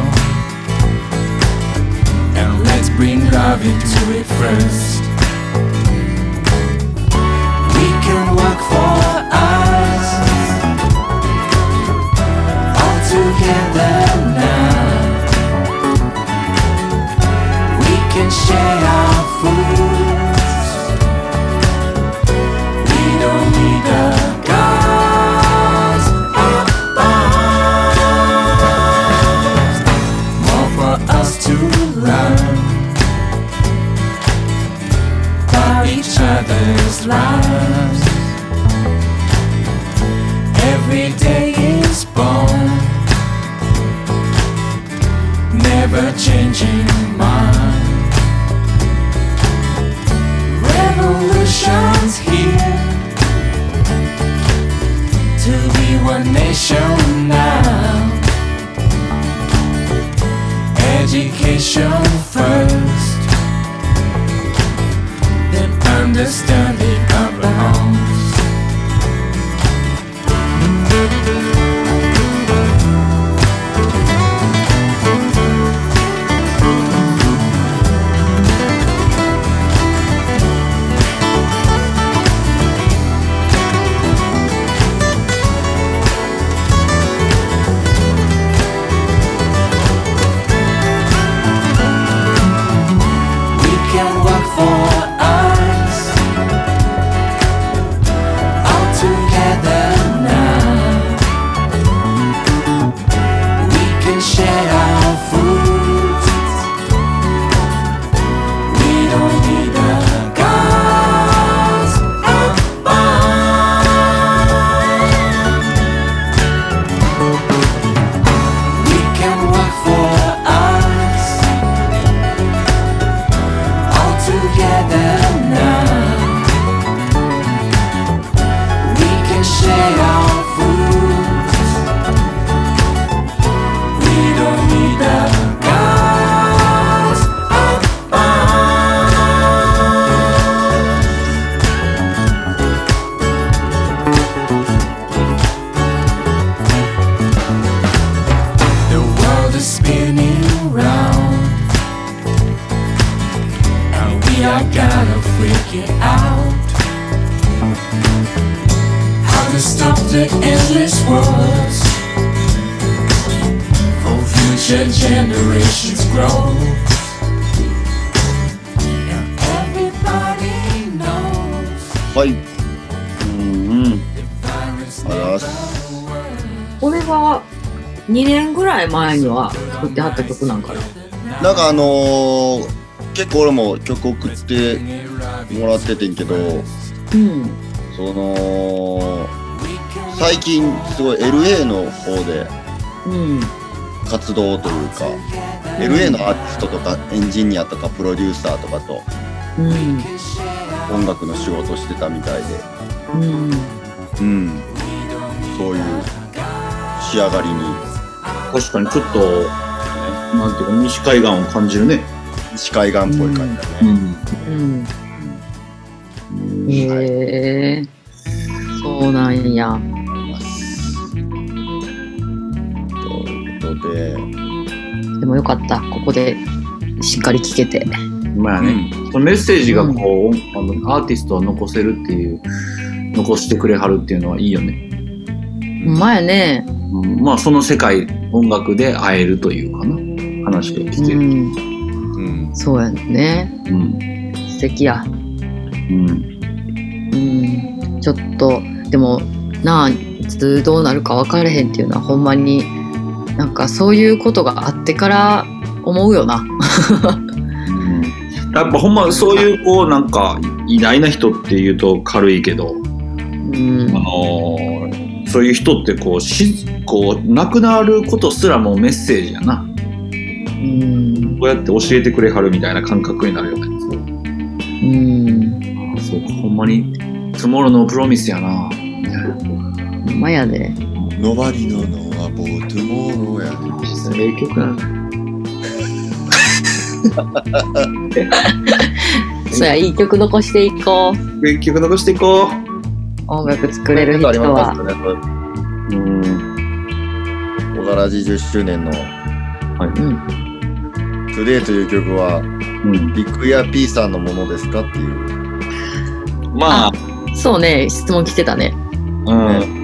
S7: And let's bring love into it first We can work for us All together now We can share our food We don't need the gods more for us to learn about each other's lives. Every day is born, never changing mind. Revolutions here to be one nation now education first, then understanding of the homes. We can work for us all together now. We can share our food. We don't need the gods above. We can work for us all together now. We can share our food. We don't need the gods above. The world is spinning round. And we are gonna freak it out. How to stop the endless wars for future generations grow. And everybody knows
S5: はい
S3: うん、
S7: the virus
S5: ありがとうございま
S7: never
S5: す
S7: works.
S2: これは2年ぐらい前には作ってはった曲なんかな。
S5: なんかあのー結構俺も曲送ってもらっててんけど
S2: うん。
S5: その最近すごい LA の方で
S2: うん。
S5: 活動というか LA のアーティストとかエンジニアとかプロデューサーとかと
S2: うん。
S5: 音楽の仕事してたみたいで
S2: うん。
S5: うんそういう仕上がりに
S3: 確かにちょっと、なんていうか、西海岸を感じるね。
S5: 視界眼っぽい感じだね、
S3: ん。
S2: うん。へえそうなんや。
S5: ということで、
S2: でもよかった。ここでしっかり聞けて。
S3: まあね、そのメッセージがこう、あのアーティストは残せるっていう、残してくれはるっていうのはいいよね。
S2: ほんまやね。
S3: うん、まあその世界、音楽で会えるというかな、話を聞
S2: う
S3: ける。
S2: ん。
S5: うん
S2: そうやね。
S3: うん。
S2: 素敵や。
S3: うん。
S2: うん。ちょっと、でも、なあ、いつどうなるか分かれへんっていうのは、ほんまに、なんかそういうことがあってから思うよな。
S3: うんやっぱほんまそういうこうなんか偉大な人っていうと軽いけど、
S2: うん
S3: あ。のーそういう人ってこうしこう亡くなることすらもメッセージやな
S2: うん。
S3: こうやって教えてくれはるみたいな感覚になるよね
S2: うん。
S3: あそうかほんまに「トゥモロのプロミス」やな
S2: ほんまやで。
S5: 「ノバリノノはボートゥモローや」
S3: 名曲な
S2: そうや、いい曲残していこう。
S3: 名曲残していこう
S2: 音楽作れる人は。
S5: なんかありますかね
S3: うん
S5: 小柄寺10周年の
S2: うん。
S5: 「トゥデイという曲は
S3: うん
S5: ビッグイヤー P さんのものですかっていう
S3: まあ
S2: そうね、質問来てたね。
S3: うん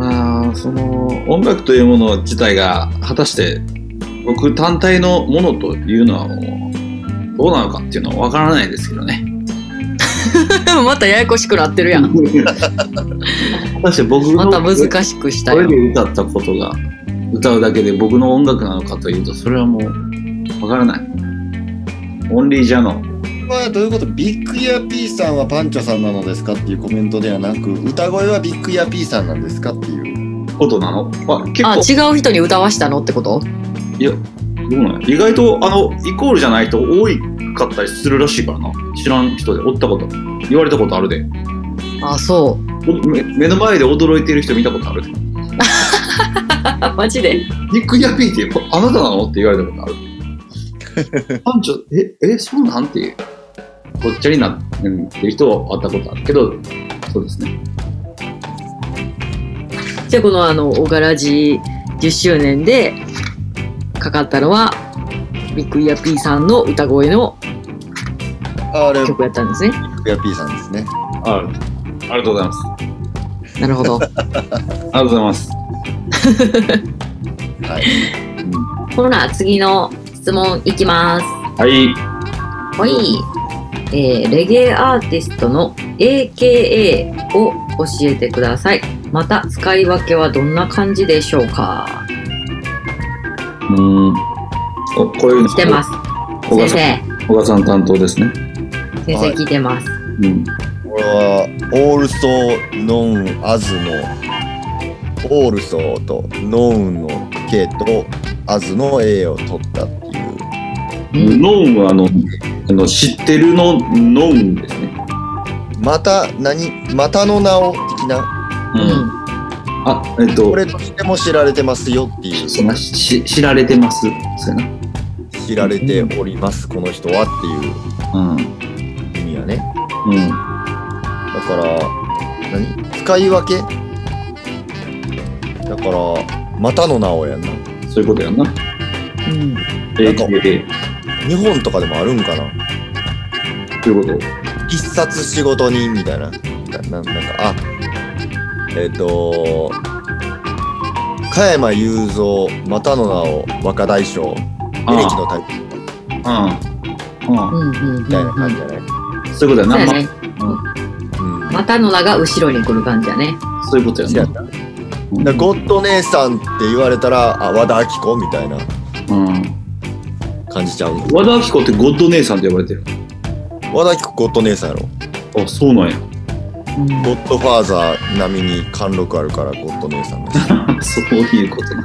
S3: まあその音楽というもの自体が果たして僕単体のものというのはもうどうなのかっていうのは分からないですけどね
S2: またややこしくなって るやん。
S3: 果たして僕の
S2: また難しくした
S3: 声
S2: よ。
S3: で歌ったことが歌うだけで僕の音楽なのかというとそれはもうわからないオンリージャノ
S5: まあどういうことビッグイヤー P さんはパンチョさんなのですかっていうコメントではなく歌声はビッグイヤー P さんなんですかっていう
S3: ことなのあ結
S2: あ、違
S3: 構
S2: う人に歌わしたのってこと
S3: いやどうなんや意外とあのイコールじゃない人多いかったりするらしいからな知らん人でおったこと言われたことあるで
S2: あ、そ
S3: お目目の前で驚いてる人見たことあるで
S2: う。マジで
S3: ビッグヤピーってこれあなたなのって言われたこと あるパンチョええそうなんっていうぽっちゃりなうんっていう人は会ったことあるけどそうですね
S2: じゃあこのあの、小柄寺10周年でかかったのは、ビッグイヤー P さんの歌声の
S5: ああれはビ
S2: 曲やったんですね。
S5: ッグイヤー P さんですね
S3: あありがとうございます。
S2: なるほど。
S3: ありがとうございます。
S5: はい
S2: ほら、次の質問いきます。
S3: はい。
S2: はい、えーレゲエアーティストの AKA を教えてくださいまた使い分けはどんな感じでしょうか
S3: うん。おこういうの。
S2: 来てます
S3: 小川
S2: 先
S3: さ
S2: 生
S3: ん。小川さん担当ですね。
S2: 先生聞いてます、
S3: うん。
S5: これは「オールソーノンアズの「オールソー」と「ノン」の「K」と「アズの「A」を取ったっていう
S3: ノンはあの、あの知ってるのノンですね。
S5: また何またの名を的な
S3: う。
S2: うん
S3: あ、えっと
S5: こ、れとしても知られてますよっていう
S3: そんなし知られてます。そうや
S5: 知られておりますこの人はっ
S3: な。うん。
S5: ていう意味はね
S3: うん。
S5: だから何使い分けだからまたの名をやんな
S3: そういうことやんな。
S2: ん
S3: え
S5: んか日本とかでもあるんかな
S3: ということ。
S5: 必殺仕事人みたいな。ななんか、あ、えっ、と、加山雄三、またの名を若大将、エレキの旅
S3: うん。うん。
S2: うんうんうん
S5: みたいな感じじゃない、
S3: そういうこと
S2: そうや
S3: やな。
S2: ね
S5: うん
S2: またの名が後ろに来る感じやね
S3: まそういうことや
S5: そうや
S3: な。
S5: なだゴッド姉さんって言われたら、あ、和田アキ子みたいな
S3: うん。
S5: 感じちゃうの。
S3: 和田アキ子ってゴッド姉さんって呼ばれてる。
S5: 和田アキ子ゴッド姉さんやろ。
S3: あ、そうなんや。
S5: ゴッドファーザー並みに貫禄あるからゴッド姉さんだ
S3: そ
S5: し
S3: ういうことな。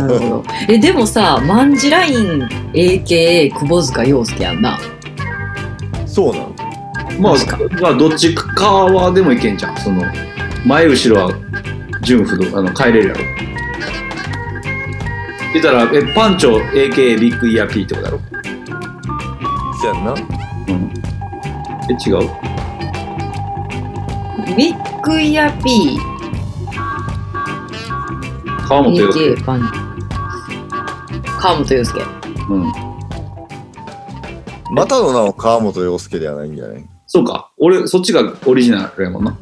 S2: なるほど。え、でもさ、マンジライン AKA 窪塚洋介やんな。
S5: そうなの
S3: まあ、まあ、どっちかはでもいけんじゃん。その、前後ろは純不動、あの、帰れるやろ。言ったら、え、パンチョ AKA ビッグイヤー P ってことだろ。
S5: そやんな
S3: うん。え、違う
S2: ビッグイヤー P、
S3: 川本よ。
S2: AKA パン。川本洋介。
S3: うん。
S5: またの名を川本洋介ではないんじゃない
S3: そうか。俺、そっちがオリジナルやもんな。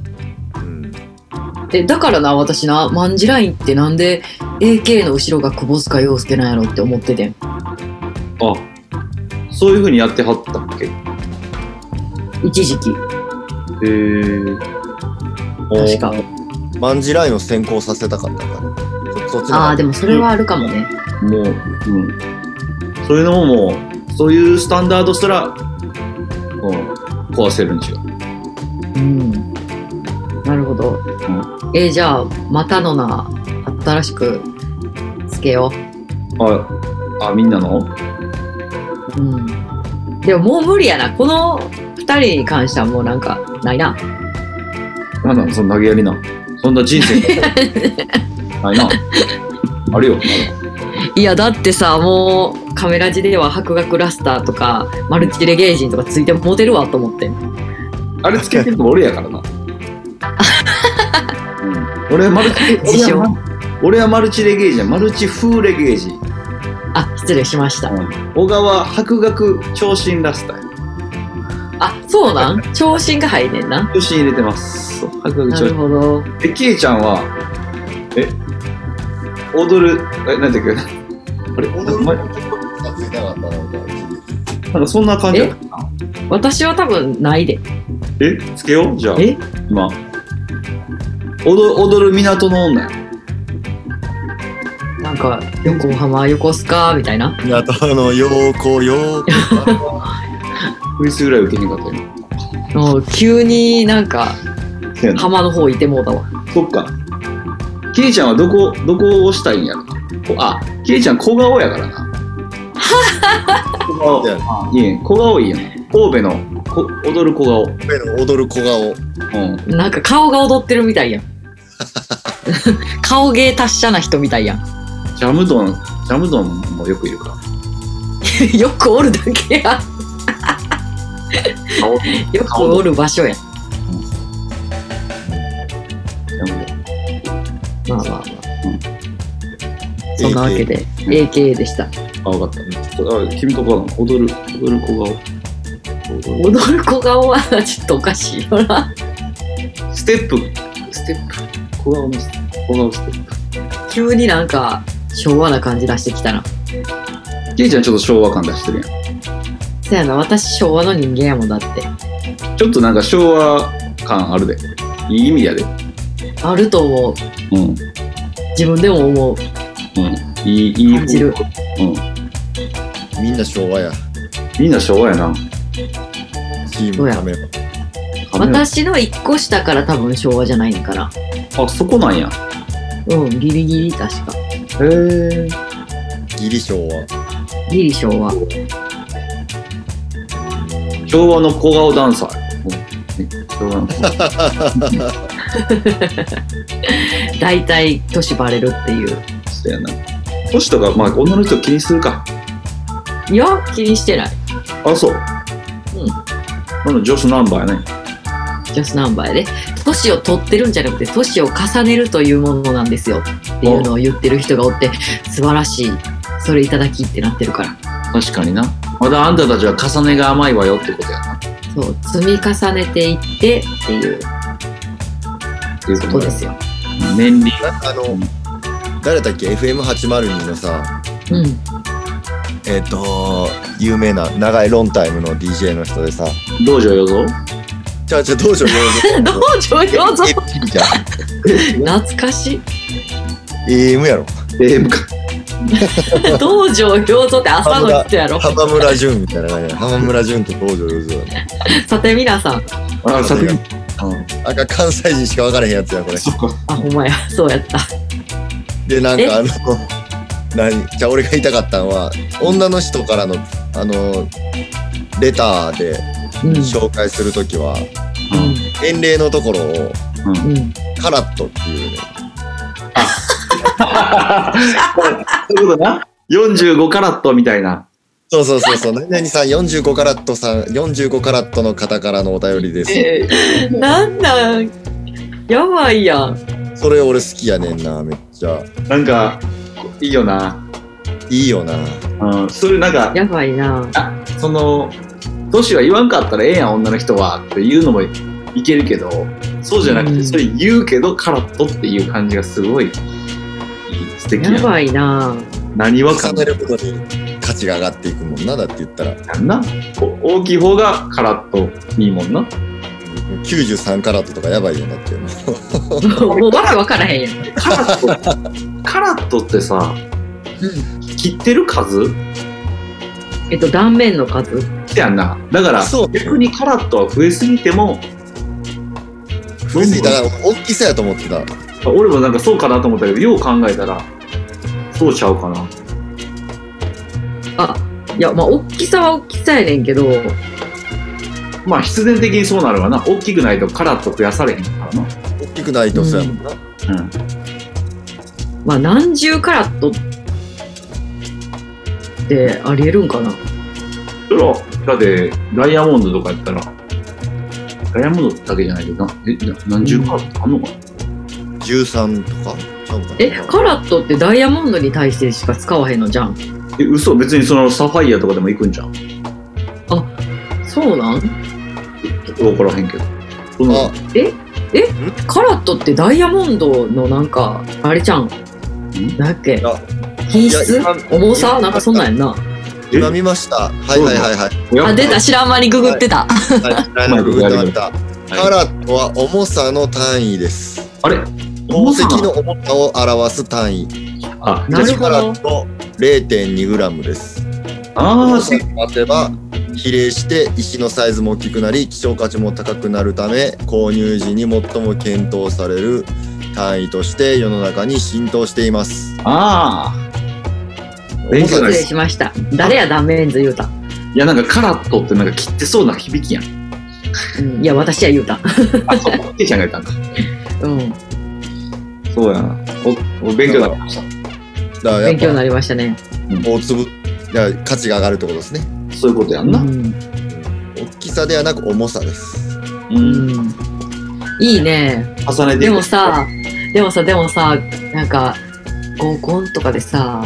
S5: うん
S2: え、だからな、私な、マンジラインってなんで AK の後ろが窪塚洋介なんやろって思っててん。
S3: あ、そういう風にやってはったっけへ
S2: 一時期。
S3: え。
S2: 確か。
S5: 万次来の先行させたかったからそそっちの
S2: ああ、でもそれはあるかもね。
S3: もう、うん。そういうのももう、そういうスタンダードすら、うん、壊せるん違う。
S2: うん。なるほど。えじゃあ、またの名、新しくつけよう。
S3: あ、あ、みんなの
S2: うんでももう無理やな。この二人に関してはもうなんか、ないな。
S3: なんなのその投げやりな。そんな人生 ないな。あるよ。
S2: いや、だってさ、もうカメラ地では白学ラスターとか、マルチレゲージンとかついてモテるわと思って。
S3: あれつけてるの俺やから な。うん、俺はマルチ
S2: 自称
S3: 俺は俺はマルチレゲージやマルチ風レゲージ。
S2: あ、失礼しました。
S3: 小川博学長身ラスターや。
S2: あ、そうなん長身が入んねんな。
S3: 長身入れてます。そう博学
S2: な
S3: 長
S2: る
S3: 身。
S2: ほど。
S3: で、キエちゃんは、え、踊る、え、なんていうか、あれ、
S5: 踊る
S3: ま
S5: させたかったななんか
S3: なんかそんな感じやったな
S2: 私は多分ないで。
S3: えつけようじゃあ、
S2: え
S3: 今。踊踊る港の女や。
S2: なんか、横浜、横須賀、みたいな。
S5: いやあの陽光陽光
S3: クリスぐらい受けにかったよ。
S2: もう急になんか、
S3: せやな
S2: 浜の方いてもうだわ。
S3: そっか。キエちゃんはどこ、どこを押したいんやろこあ、キエちゃん小顔やからな。小顔。いいね。小顔いいやん。神戸のこ踊る小顔。う
S5: 踊る小顔
S3: ん。
S2: なんか顔が踊ってるみたいやん。顔芸達者な人みたいやん。
S3: ジャムドン、ジャムドンもよくいるから。
S2: よくおるだけ やん。
S3: 顔
S2: よくおる場所やん。まあまあまあ。そんなわけで、AK でした。
S3: あ、わかった。あ、君とこだな。踊る、踊る小
S2: 踊る小顔はちょっとおかしいよな。
S3: 顔。ステップ、ステップ。小顔のステップ。小顔ステップ。
S2: 急になんか昭和な感じ出してきたな。
S3: キエちゃんちょっと昭和感出してるやん。
S2: そやな、私昭和の人間やもんだって。
S3: ちょっとなんか昭和感あるで。いい意味やで。
S2: あると思う。
S3: うん。うん。
S2: 自分でも思う。
S3: いい、いい。
S2: 感じる。
S3: うん。
S5: みんな昭和や
S3: みんな昭和やな。
S5: チームのため
S2: 私の一個下から多分昭和じゃないんかな。
S3: あ、そこなんや。
S2: うん、ギリギリ確か。
S3: へえ。
S5: ギリ昭和
S2: ギリ昭和。
S3: 昭和の小顔ダンサーや。うん昭和の小顔
S2: 大体年バレるっていう
S3: そうやな。年とか、まあ女の人気にするか。
S2: いや気にしてない
S3: あ、そう。。
S2: うん
S3: あの女子ナンバーやね。
S2: ジャスナンバーで年を取ってるんじゃなくて年を重ねるというものなんですよっていうのを言ってる人がおって素晴らしいそれいただきってなってるから
S3: 確かにな。まだあんたたちは重ねが甘いわよってことやな。
S2: そう積み重ねていってっていう
S3: っていうこ
S2: こと
S3: と
S2: で
S3: です。
S2: すよ
S3: 年輪。
S5: なんかあの誰だっけ FM802 のさ
S2: うん
S5: えっ、と有名な長いロンタイムの DJ の人でさ
S3: 道場よ ぞ。
S5: じゃあじゃあ どうしよう
S2: 道場よぞ
S5: AFP じゃん
S2: 懐かしい
S5: AM やろ
S3: AM か。
S2: 道場よぞって朝の人やろ
S5: 浜村淳みたいな感じ浜村淳と道場ゆずだね
S2: さて皆さん
S3: あ、作品。
S5: あかん関西人しか分からへんやつやこれ
S3: そっか。
S2: あ、ほんまや。そうやった。
S5: でなん
S2: え
S5: かあの何じゃあ俺が言いたかったのは女の人からのあのレターで
S2: うん。
S5: 紹介するときは、
S2: う
S5: 年齢のところを
S2: ん。うん。
S5: カラットっていうね
S3: そういうことな。45カラットみたいな。
S5: そうそうそう そう何々さん45カラットさん45カラットの方からのお便りです、
S2: えー、なんなんやばいやん。
S5: それ俺好きやねんなめっちゃ
S3: なんか、いいよな。
S5: いいよな
S3: うん。それなんか、
S2: やばいな。
S3: その、年は言わんかったらええやん、女の人は。っていうのもいけるけど、そうじゃなく
S2: う
S3: て、
S2: ん
S3: それ言うけど、カラットっていう感じがすごい、いい素敵
S2: や
S3: やな。
S2: ばいな。
S3: 何はか
S5: 重ねることに価値が上がっていくもんなだって言ったら
S3: んな。お大きい方がカラットいいもんな。
S5: 93カラットとかやばいよなってもう
S2: もうわけわからへんやん。
S3: カラット、カラットってさ、切ってる数
S2: えっと、断面の数。
S3: やんな。だから、
S5: そう
S3: 逆にカラットは増えすぎても、
S5: 増えすぎたら大きさやと思ってた
S3: 俺もなんかそうかなと思ったけど、よう考えたら、そうちゃうかな。
S2: あ、いや、まあ、大きさは大きさやねんけど、
S3: まあ必然的にそうなるわな。大きくないとカラッと増やされへんからな。
S5: 大きくないとそうやもんな、
S3: うん。
S2: まあ、何十カラットってありえるんかな。
S3: それはだって、ダイヤモンドとかやったら、ダイヤモンドだけじゃないけどな、え、な何十カラットあんのかな、
S5: 13とかちゃうかな
S2: え、カラットってダイヤモンドに対してしか使わへんのじゃん。
S3: え、嘘別にそのサファイアとかでも行くんじゃん。
S2: そうなん
S3: わからへんけど。その
S5: あ
S2: カラットってダイヤモンドのなんか、あれじゃん。なんだっけ
S5: あ
S2: 品質
S5: いや
S2: 重さなんかそんなんやんな。
S3: え
S5: 今見ました。はいはいはいはい。
S3: やっぱ
S2: あ、出た。知らん間にググってた。
S5: はい、
S3: まあ
S5: ググってました。
S3: はい
S5: カラットは重さの単位です。
S3: あれ
S5: 宝石の重さを表す単位。
S3: あ、
S2: なるほ
S5: カラ
S2: ど
S5: ッ。ト0.2グラムです。
S3: あ
S5: 重
S3: あ、
S5: さ
S3: せ
S5: に当てば比例して石のサイズも大きくなり希少価値も高くなるため購入時に最も検討される単位として世の中に浸透しています。
S3: あ勉強
S5: 重さ
S2: 失
S3: になる
S5: で
S2: 礼
S5: す。
S2: しました。誰や断面図言うた。
S3: あ。いや、なんかカラットってなんか切ってそうな響 きやん。
S2: うん、いや、私や言うた。
S3: あ、そう、おっちゃんが言ったんか。
S2: うん、
S3: そうやな。お、お勉強になりまし
S5: だから
S2: 勉強
S5: や
S2: に
S5: っ
S2: なりましたね。
S5: ぱ大粒だから価値が上がるってことですね。
S3: た。そういうことや
S2: うん
S3: な。
S2: ん、
S5: 大きさではなく重さです。
S3: う。
S2: うんん、いいね。
S3: 重ねていく
S2: でもさ、でもさ、でもさ、なんか、合コンとかでさ、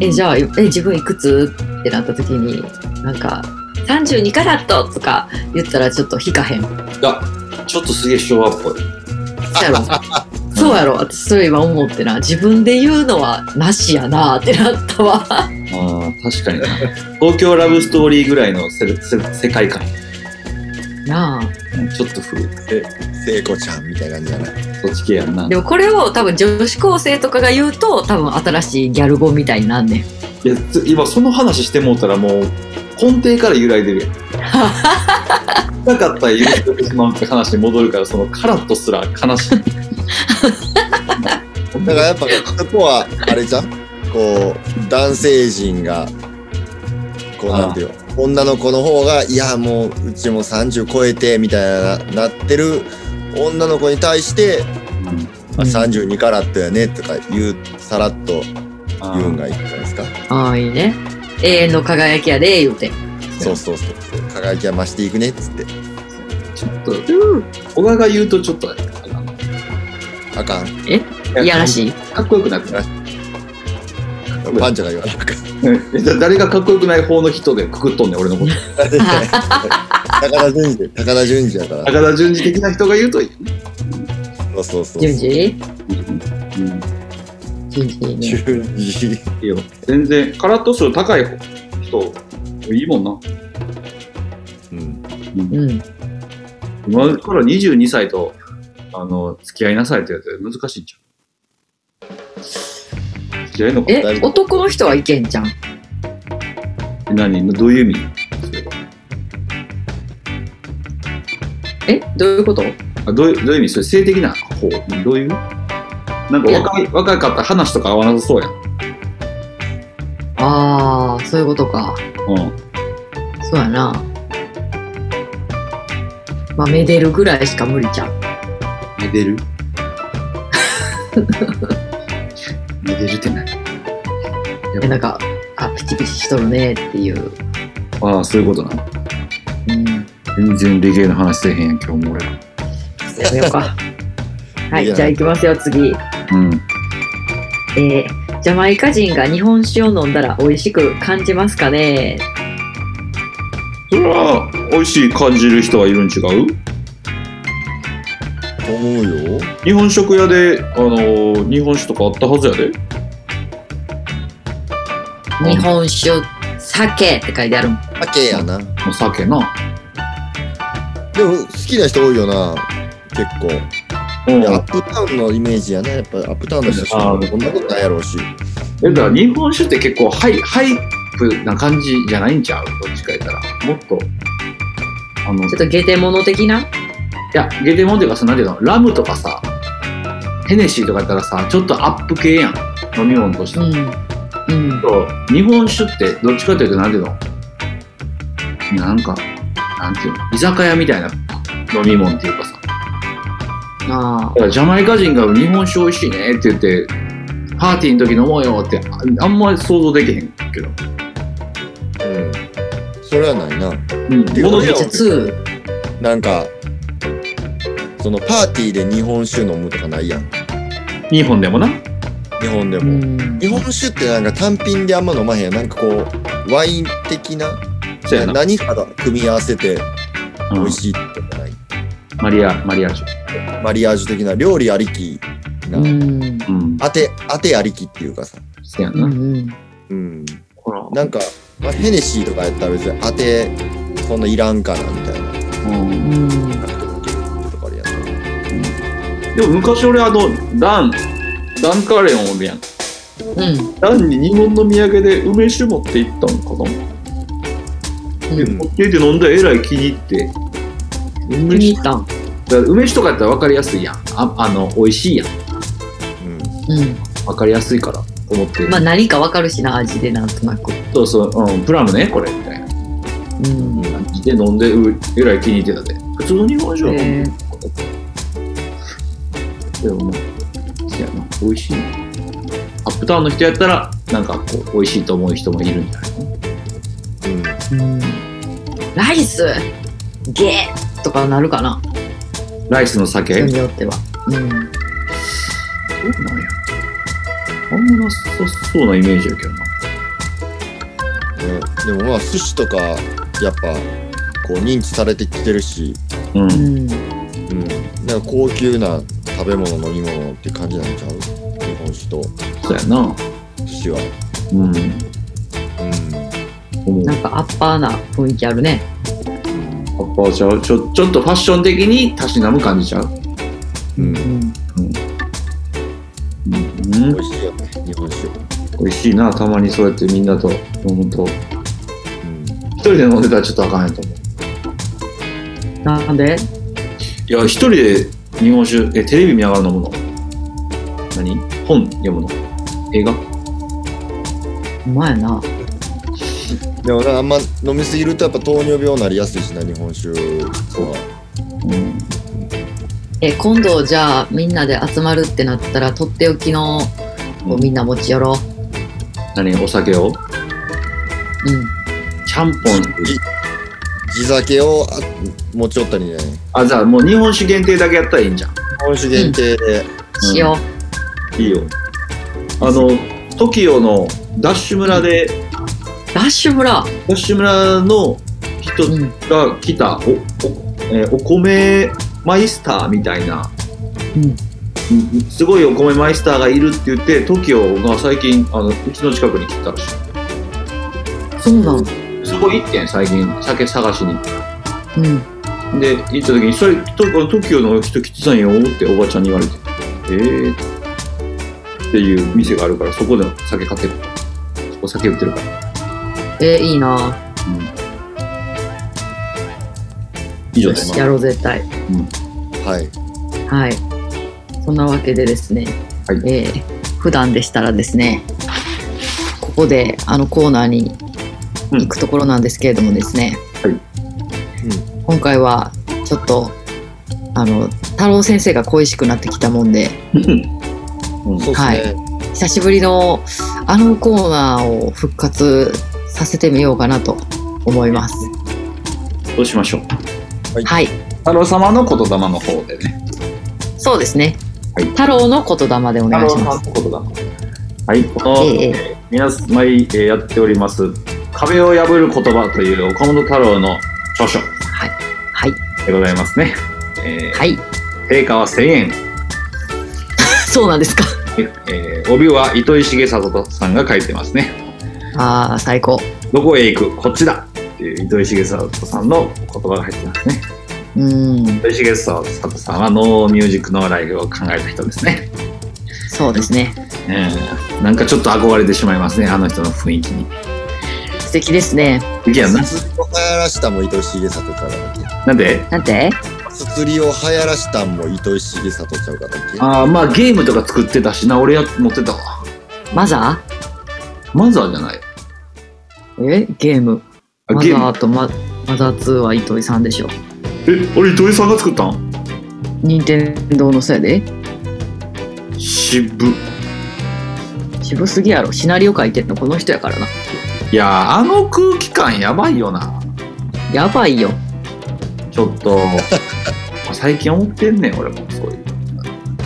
S2: え、じゃあ、え、自分いくつってなった時に、なんか、32カラットとか言ったらちょっと引かへん。そ
S3: ちょっとすげえ昭和っぽい。
S2: うやろ。 そうやろ。私、そういえば思ってな。自分で言うのはなしやなってなったわ。
S3: ああ、確かにな。 東京ラブストーリーぐらいのせせ世界観。
S2: な
S3: うんちょっと古い。
S5: 聖子ちゃんみたいな感じじゃない。
S3: そっち系やんな
S2: あ。で。もこれを多分女子高生とかが言うと、多分新しいギャル語みたいになんねん。
S3: いや、つ今その話してもうたらもう根底から揺らい でるやん。なかったら揺らしてしまうって話に戻るから、そのカラッとすら悲しい。
S5: だからやっぱそこはあれじゃんこう男性陣がこう
S3: ああ
S5: なんていうの女の子の方がいやもううちも30超えてみたいななってる女の子に対して、まあ、32カラットやねとか言うさらっと言うんがいいんじゃないですか
S2: ああ、いいね。永遠の輝きやで、言うて。
S5: そうそうそうそう輝きは増していくねっつって
S3: ちょっと、小川が言うとちょっとあれかな、
S5: あかん
S2: いやらしい。
S3: かっこよくなくない
S5: パンチャが言わなく
S3: えだ誰がかっこよくない方の人でくくっとんねん、俺のこと。
S5: 高田純次高田純次やから
S3: 高田純次的な人が言うといい。
S5: そうそうそう
S2: 順次
S3: うん
S2: 順次いいね。
S5: 純次
S3: いいよ。全然、カラッと数高い人、いいもんな。
S5: うん
S2: うん。
S3: 今から22歳と、あの、付き合いなさいってやつ難しいんちゃう付き合えんのか
S2: え、男の人はいけんじゃん。
S3: 何どういう意味
S2: え、どういうこと
S3: あどういうどういう意味それ性的な方どういうなんか若い若かったら話とか合わなさそうやん。
S2: ああ、そういうことか。
S3: うん。
S2: そうやな。まあ、めでるぐらいしか無理じゃん。
S3: めでるめでるって何
S2: でなんか、あ、ピチピチしとるねっていう。
S3: ああ、そういうことな。
S2: うん。
S3: 全然レゲエの話せへんやん、今日も俺ら。
S2: やめよう か。はいい、
S5: や
S2: じゃあ行きますよ、次。
S3: うん。
S2: えージャマイカ人が日本酒を飲んだら美味しく感じますかね
S3: それは美味しい感じる人はいるん違う
S5: と思うよ。
S3: 日本食屋で、あのー日本酒とかあったはずやで。
S2: 日本酒、酒って書いてあるもん。
S5: 酒やな。でも
S3: お酒な。
S5: 好きな人多いよな。結構。
S3: うん。
S5: いやア
S3: え
S5: ップタウンのイメージやな。やっぱアップタウンの人しかこんなことないやろうし。
S3: だから日本酒って結構ハイ、ハイプな感じじゃないんちゃうどっちか言ったら。もっと。あの、い
S2: ちょっとゲテモノ的な
S3: や、ゲテモンっていうかさ、なんていうのラムとかさ、ヘネシーとかやったらさ、ちょっとアップ系やん。飲み物として。
S2: うん。うん。
S3: そう日本酒ってどっちかというとなんていうのなんかなんていうの居酒屋みたいな飲み物っていうかさだ
S2: あ
S3: からジャマイカ人が日本酒美味しいねって言ってパーティーの時飲もうよってああんまり想像できへんけど、
S5: うん。それはないな。
S3: うん、
S5: ていうか
S3: 物
S2: あ。
S3: に
S2: じゃあ2。
S5: なんか、そのパーティーで日本酒飲むとかないやん。
S3: 日本でもな
S5: 日本で
S2: う
S5: も。
S2: ん
S5: 日本酒ってなんか単品であんま飲まへんやんなんかこうワイン的な
S3: そうやな、
S5: 何かが組み合わせて
S3: う
S5: 美
S3: ん
S5: 味しいってことない、
S3: マリアマリアージュ
S5: マリアージュ的な料理ありきな、
S2: うん。
S3: うん
S5: 当て当てありきっていうかさ、
S3: そうや
S2: う
S3: な、
S2: ん。
S5: うん、
S3: ほら
S5: なんか、まあ、ヘネシーとかやったら別に当てそんないらんかなみたいな
S3: うん
S2: うん。
S5: とかあるやん
S3: でも昔俺あのダンダンカーレンをおるやん
S2: うん。
S3: ダンに日本の土産で梅酒持って行ったんかなで、
S5: うん
S3: 持って行って飲んだらえらい気に入って。
S2: 気
S3: 梅
S2: に入
S3: 酒
S2: ったん。
S3: だから梅酒とかやったら分かりやすいやん。ああの、美味しいやん。
S2: うん。
S3: 分かりやすいからと思って。
S2: まあ何かわかるしな、味でなんとなく。
S3: そうそう、うん、プラムね、これ、みたいな
S2: うん。
S3: 感じで飲んで、うえらい気に入ってたで。普通の日本酒は飲ん
S2: え
S3: で
S2: ー
S3: でもまあ、そうやな、美味しいな。アップタウンの人やったら、なんかこう、美味しいと思う人もいるんじゃない
S5: うん、うん、
S2: うんライスゲーとかなるかな
S3: ライスの酒
S2: 人
S3: そう
S2: によっては。うん。
S3: なんや。あんまなさそうなイメージやけどな。
S5: でもまあ寿司とかやっぱこう認知されてきてるし、
S3: う。
S2: うんん。
S5: うん、なんか高級な食べ物飲み物って感じなんちゃう日本酒と
S3: そうやな。
S5: 寿司は
S3: うん。
S5: う
S3: 思う
S2: なんかアッパーな雰囲気あるね。
S3: アッパーちゃうちょちょっとファッション的にたしなむ感じちゃう、
S5: ん、
S2: う
S5: 美
S2: ん。
S3: うん、
S5: 味しいよね日本酒、
S3: 美味しいなたまにそうやってみんなと飲むと
S5: うん、
S3: 一人で飲んでたらちょっとあかんやと思う
S2: なんで
S3: いや一人で日本酒えテレビ見ながら飲むの何本読むの映画
S2: うまいな。
S5: でもなあんま飲みすぎるとやっぱ糖尿病になりやすいしな日本酒は
S3: うん
S2: え、今度じゃあみんなで集まるってなったらとっておきのをみんな持ち寄ろ
S3: 何お酒を
S2: う。うん。
S3: ちゃんぽん
S5: 地酒をあ持ち寄ったりね日
S3: あじゃあもう日本酒限定だけやったらいいんじゃん
S5: 本酒限定で、
S2: しよ
S3: いいよあの TOKIO のダッシュ村で、
S2: う。ラッシュ村。
S3: ダッシュ村の人
S2: うん。
S3: が来たおお,、えーお米マイスターみたいな、うんすごいお米マイスターがいるって言って TOKIO が最近あのうちの近くに来たらし
S2: そうなん。
S3: いそこ行ってん最近酒探しに
S2: うん。
S3: で行った時に「それと TOKIO の人来てたんよ」っておばちゃんに言われて「えー」っていう店があるからそこで酒買ってくるそこ酒売ってるから
S2: えいいな。
S3: 以上
S2: よ
S3: です
S2: しやろう絶対。
S5: ははい。
S2: はい。そんなわけでですね、
S3: はい
S2: えー普段でしたらですね、ここであのコーナーに行くところなんですけれどもですね、
S3: はい
S2: 今回はちょっと、あの、太郎先生が恋しくなってきたもんで、
S5: そうですね。
S2: 久しぶりのあのコーナーを復活させてみようかなと思います。
S3: どうしましょう
S2: はい。
S3: 太郎様の言霊の方でね
S2: そうですね。
S3: はい
S2: 太郎の言霊でお願いします。
S3: の言霊はいこの、
S2: ええ
S3: えー皆さん毎、えーやっております「壁を破る言葉」という岡本太郎の著書
S2: はい。
S3: でございますね、えー
S2: はい。
S3: 定価は1000円
S2: そうなんです か。
S3: えー帯は糸井重里さんが書いてますね。
S2: ああ、最高。
S3: どこへ行くこっちだっていう糸井重里さんの言葉が入ってますね。
S2: うん。
S3: 糸井重里さんはノーミュージックノーライフを考えた人ですね。
S2: そうですね。
S3: えーなんかちょっと憧れてしまいますね、あの人の雰囲気に。
S2: 素敵ですね。
S3: いやな、
S5: すつりを流行らしたも糸井重里からだっ
S3: なんで、
S2: なんて
S5: け。すつりを流行らしたも糸井重里ちゃうかだっけ。
S3: あーまあゲームとか作ってたしな、俺や持ってたわ。
S2: マザ
S3: マザーじゃない。
S2: ーえゲーム。
S3: あ
S2: マ
S3: ゲ
S2: ザ
S3: ーム
S2: ーとママザー2は糸井さんでしょ。
S3: え、俺糸井さんが作ったん
S2: 任天堂のせいで
S3: 渋。
S2: 渋すぎやろ。シナリオ書いてんのこの人やからな。
S3: いやー、あの空気感やばいよな。
S2: やばいよ。
S3: ちょっと、 最近思ってんねん、俺もそういう。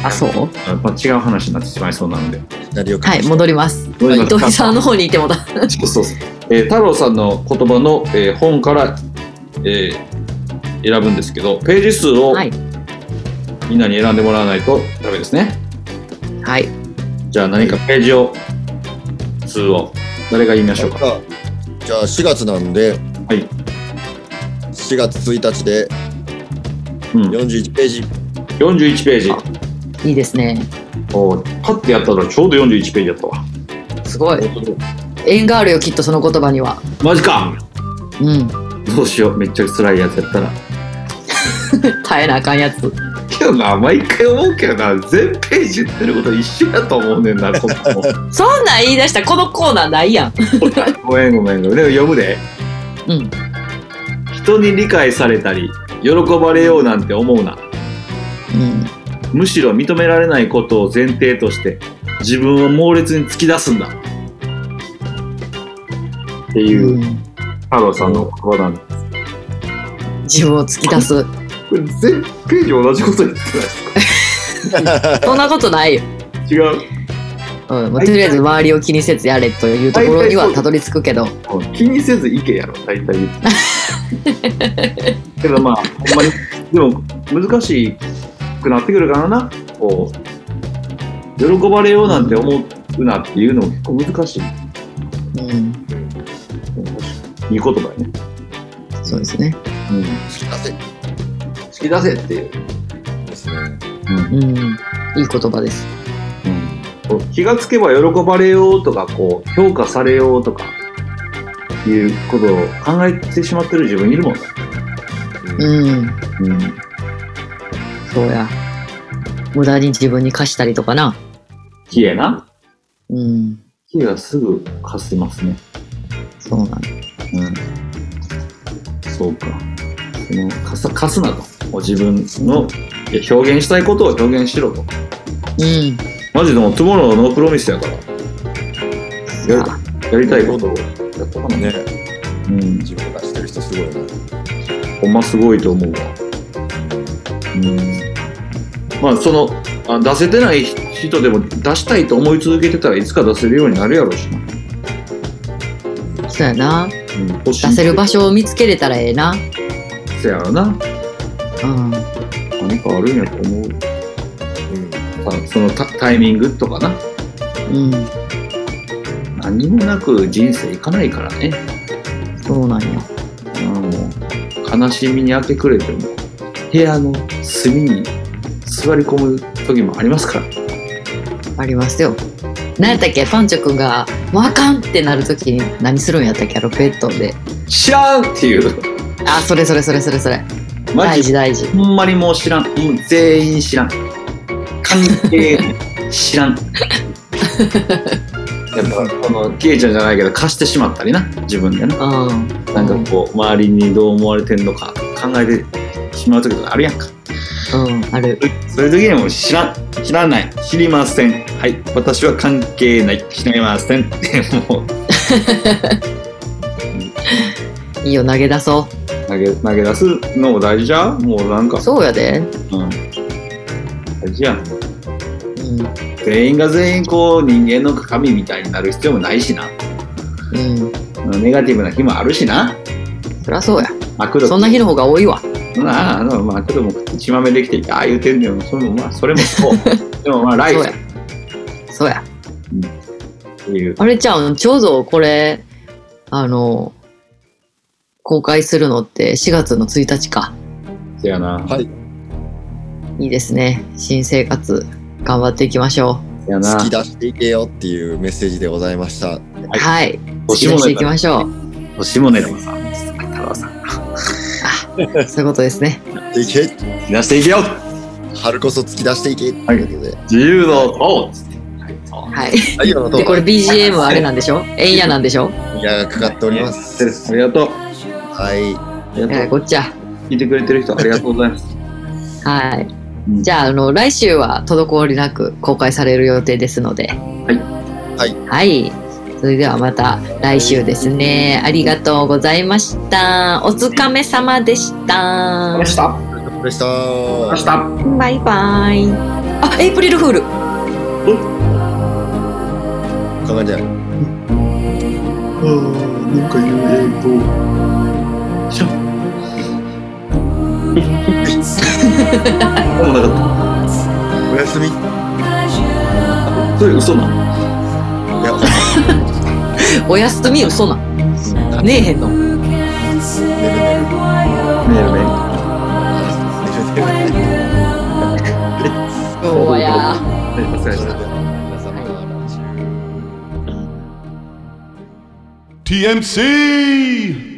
S2: あ、そう
S3: やっぱ違う話になってしまいそうなので。
S5: 何を書
S2: はい、戻ります。
S3: 戻ります
S2: 糸井さんの方にいてもだ。
S3: そうそうそう えー太郎さんの言葉の、えー本から、えー選ぶんですけど、ページ数を
S2: はい。
S3: みんなに選んでもらわないとダメですね。
S2: はい。
S3: じゃあ何かページを、数を、誰が言いましょうか。
S5: じゃあ4月なんで、
S3: はい
S5: 4月1日で
S3: うん、
S5: 41ページ、
S3: 41ページ。
S2: いいですね。
S3: おーパッてやったらちょうど41ページやったわ。
S2: すごい。縁があるよ、きっとその言葉には。
S3: マジか
S2: うん。
S3: どうしよう、めっちゃ辛いやつやったら。
S2: 耐えなあかんやつ。
S3: けどな、毎回思うけどな、全ページ言ってること一緒やと思うねんな、こっちも
S2: そんなん言い出したらこのコーナーないやん。
S3: ごめんごめんごめん。でも読むで。
S2: うん。
S3: 人に理解されたり喜ばれようなんて思うな
S2: うん。
S3: むしろ認められないことを前提として自分を猛烈に突き出すんだっていう太郎さんの言葉なんで
S2: 自分を突き出す。
S3: これ全ページ同じこと言ってないですか
S2: そんなことないよ。
S3: 違う
S2: うん、もうとりあえず周りを気にせずやれというところにはたどり着くけど、
S3: 気にせずいけやろ大体言ってるけどまあほんまにでも難しくなってくるからなこう喜ばれようなんて思うなっていうのも結構難しい
S2: うん、
S3: いい言葉やね
S2: そうですね。
S3: うん
S5: すいません
S3: 突き出せっていう、
S5: ですね。
S2: うん、いい言葉です。
S3: こう気がつけば喜ばれようとかこう評価されようとかいうことを考えてしまってる自分いるもんね、
S2: うん、
S3: うん、
S2: そうや。無駄に自分に貸したりとかな。
S3: 冷えな
S2: うん、
S3: 冷えはすぐかせますね
S2: そうなんだ。
S3: うんそうかそのかすかすなともう自分のいや表現したいことを表現しろと
S2: うん、
S3: マジでもうトゥモローのノープロミスやからや
S2: さ
S3: やりたいことをやったかな
S5: ね、
S3: うん
S5: 自分がしてる人すごいな。
S3: ほんますごいと思うわ。うん。まあ、そのあ、出せてない人でも出したいと思い続けてたらいつか出せるようになるやろうしな。
S2: あそうやな。
S3: うん、欲しい
S2: 出せる場所を見つけれたらええな。
S3: せやろな。
S2: うん、
S3: 何かあるんやと思う。
S5: うん。
S3: あそのタタイミングとかな。
S2: うん、
S3: 何にもなく人生いかないからね。
S2: そうなんや。
S3: うん、もう悲しみに明け暮れても、部屋の隅に座り込む時もありますから。
S2: ありますよ。何やったっけパンチョくんが「もうあかん!」ってなるときに何するんやったっけあのベッドで
S3: 知らんっていう。
S2: あそれそれそれそれそれ
S3: マ
S2: 大
S3: ジ
S2: 事大事。
S3: ほんまにもう知らん。もう全員知らん。関係 知らん。やっぱこのケイちゃんじゃないけど貸してしまったりな自分でな
S2: うん。
S3: なんかこう周りにどう思われてんのか考えてしまう時とかあるやんか
S2: うん、ある。
S3: そういう時にも知らん知らない知りませんはい私は関係ない知りません ってもう
S2: いいよ、投げ出そ
S3: 投げ投げ出すのも大事じゃんもうなんか
S2: う。そうやで。
S3: うん、大事やん
S2: うん。
S3: 全員が全員こう人間の鏡みたいになる必要もないしな
S2: うん。
S3: ネガティブな日もあるしな
S2: そりゃそうや。
S3: 悪毒
S2: そんな日の方が多いわ。
S3: なああのまあ悪毒も血まめできていてああ言うてんねんそれもまあそれもそう でもまあライ
S2: そう
S3: フ
S2: や。そうや。
S3: っていう
S2: あれちゃうん、ちょうどこれ、あの、公開するのって4月の1日か。
S3: せやな
S5: はい。
S2: いいですね。新生活、頑張っていきましょ
S3: せやな
S5: 突き出していけよっていうメッセージでございました。
S2: う。
S3: はい
S2: はい。突き
S3: 星
S2: 出
S3: も
S2: して
S3: ね
S2: いきましょう。
S3: 星もねでもさ太郎さん
S2: そういうことですね。
S5: いけ
S3: 突き出していけよ
S5: 春こそ突き出していけということで。
S3: 自由の塔つってはいそう
S2: はい。
S5: はい、今のと
S2: で、こ
S5: こ
S2: れ BGM はあれなんでしょえいやなんでしょ
S5: がかかっておりま
S3: セレ
S5: す。
S3: スありがとう
S5: は
S3: あ
S5: い。
S3: りが
S2: えー
S3: とう
S2: ごっちゃ。
S3: 聞いてくれてる人ありがとうございます
S2: はい。
S3: うん
S2: じゃあ、あの、来週は滞りなく公開される予定ですので。はい
S5: はい。
S2: はい。それではまた来週ですね。ありがとうございました。お疲れ様でした。
S3: した
S5: お疲れ様でした。
S3: した
S2: バイバイ。あ、エイプリルフール。
S5: かかんじゃん。
S3: でもなかっ
S5: おやすみ。い
S3: たそれ嘘なの
S5: や、
S2: おやすみ、嘘なん。ねえへんの。
S5: 寝る寝る。
S3: メールメール
S5: 寝る寝る。
S2: そうや。
S3: お疲れ様でした
S7: TMC!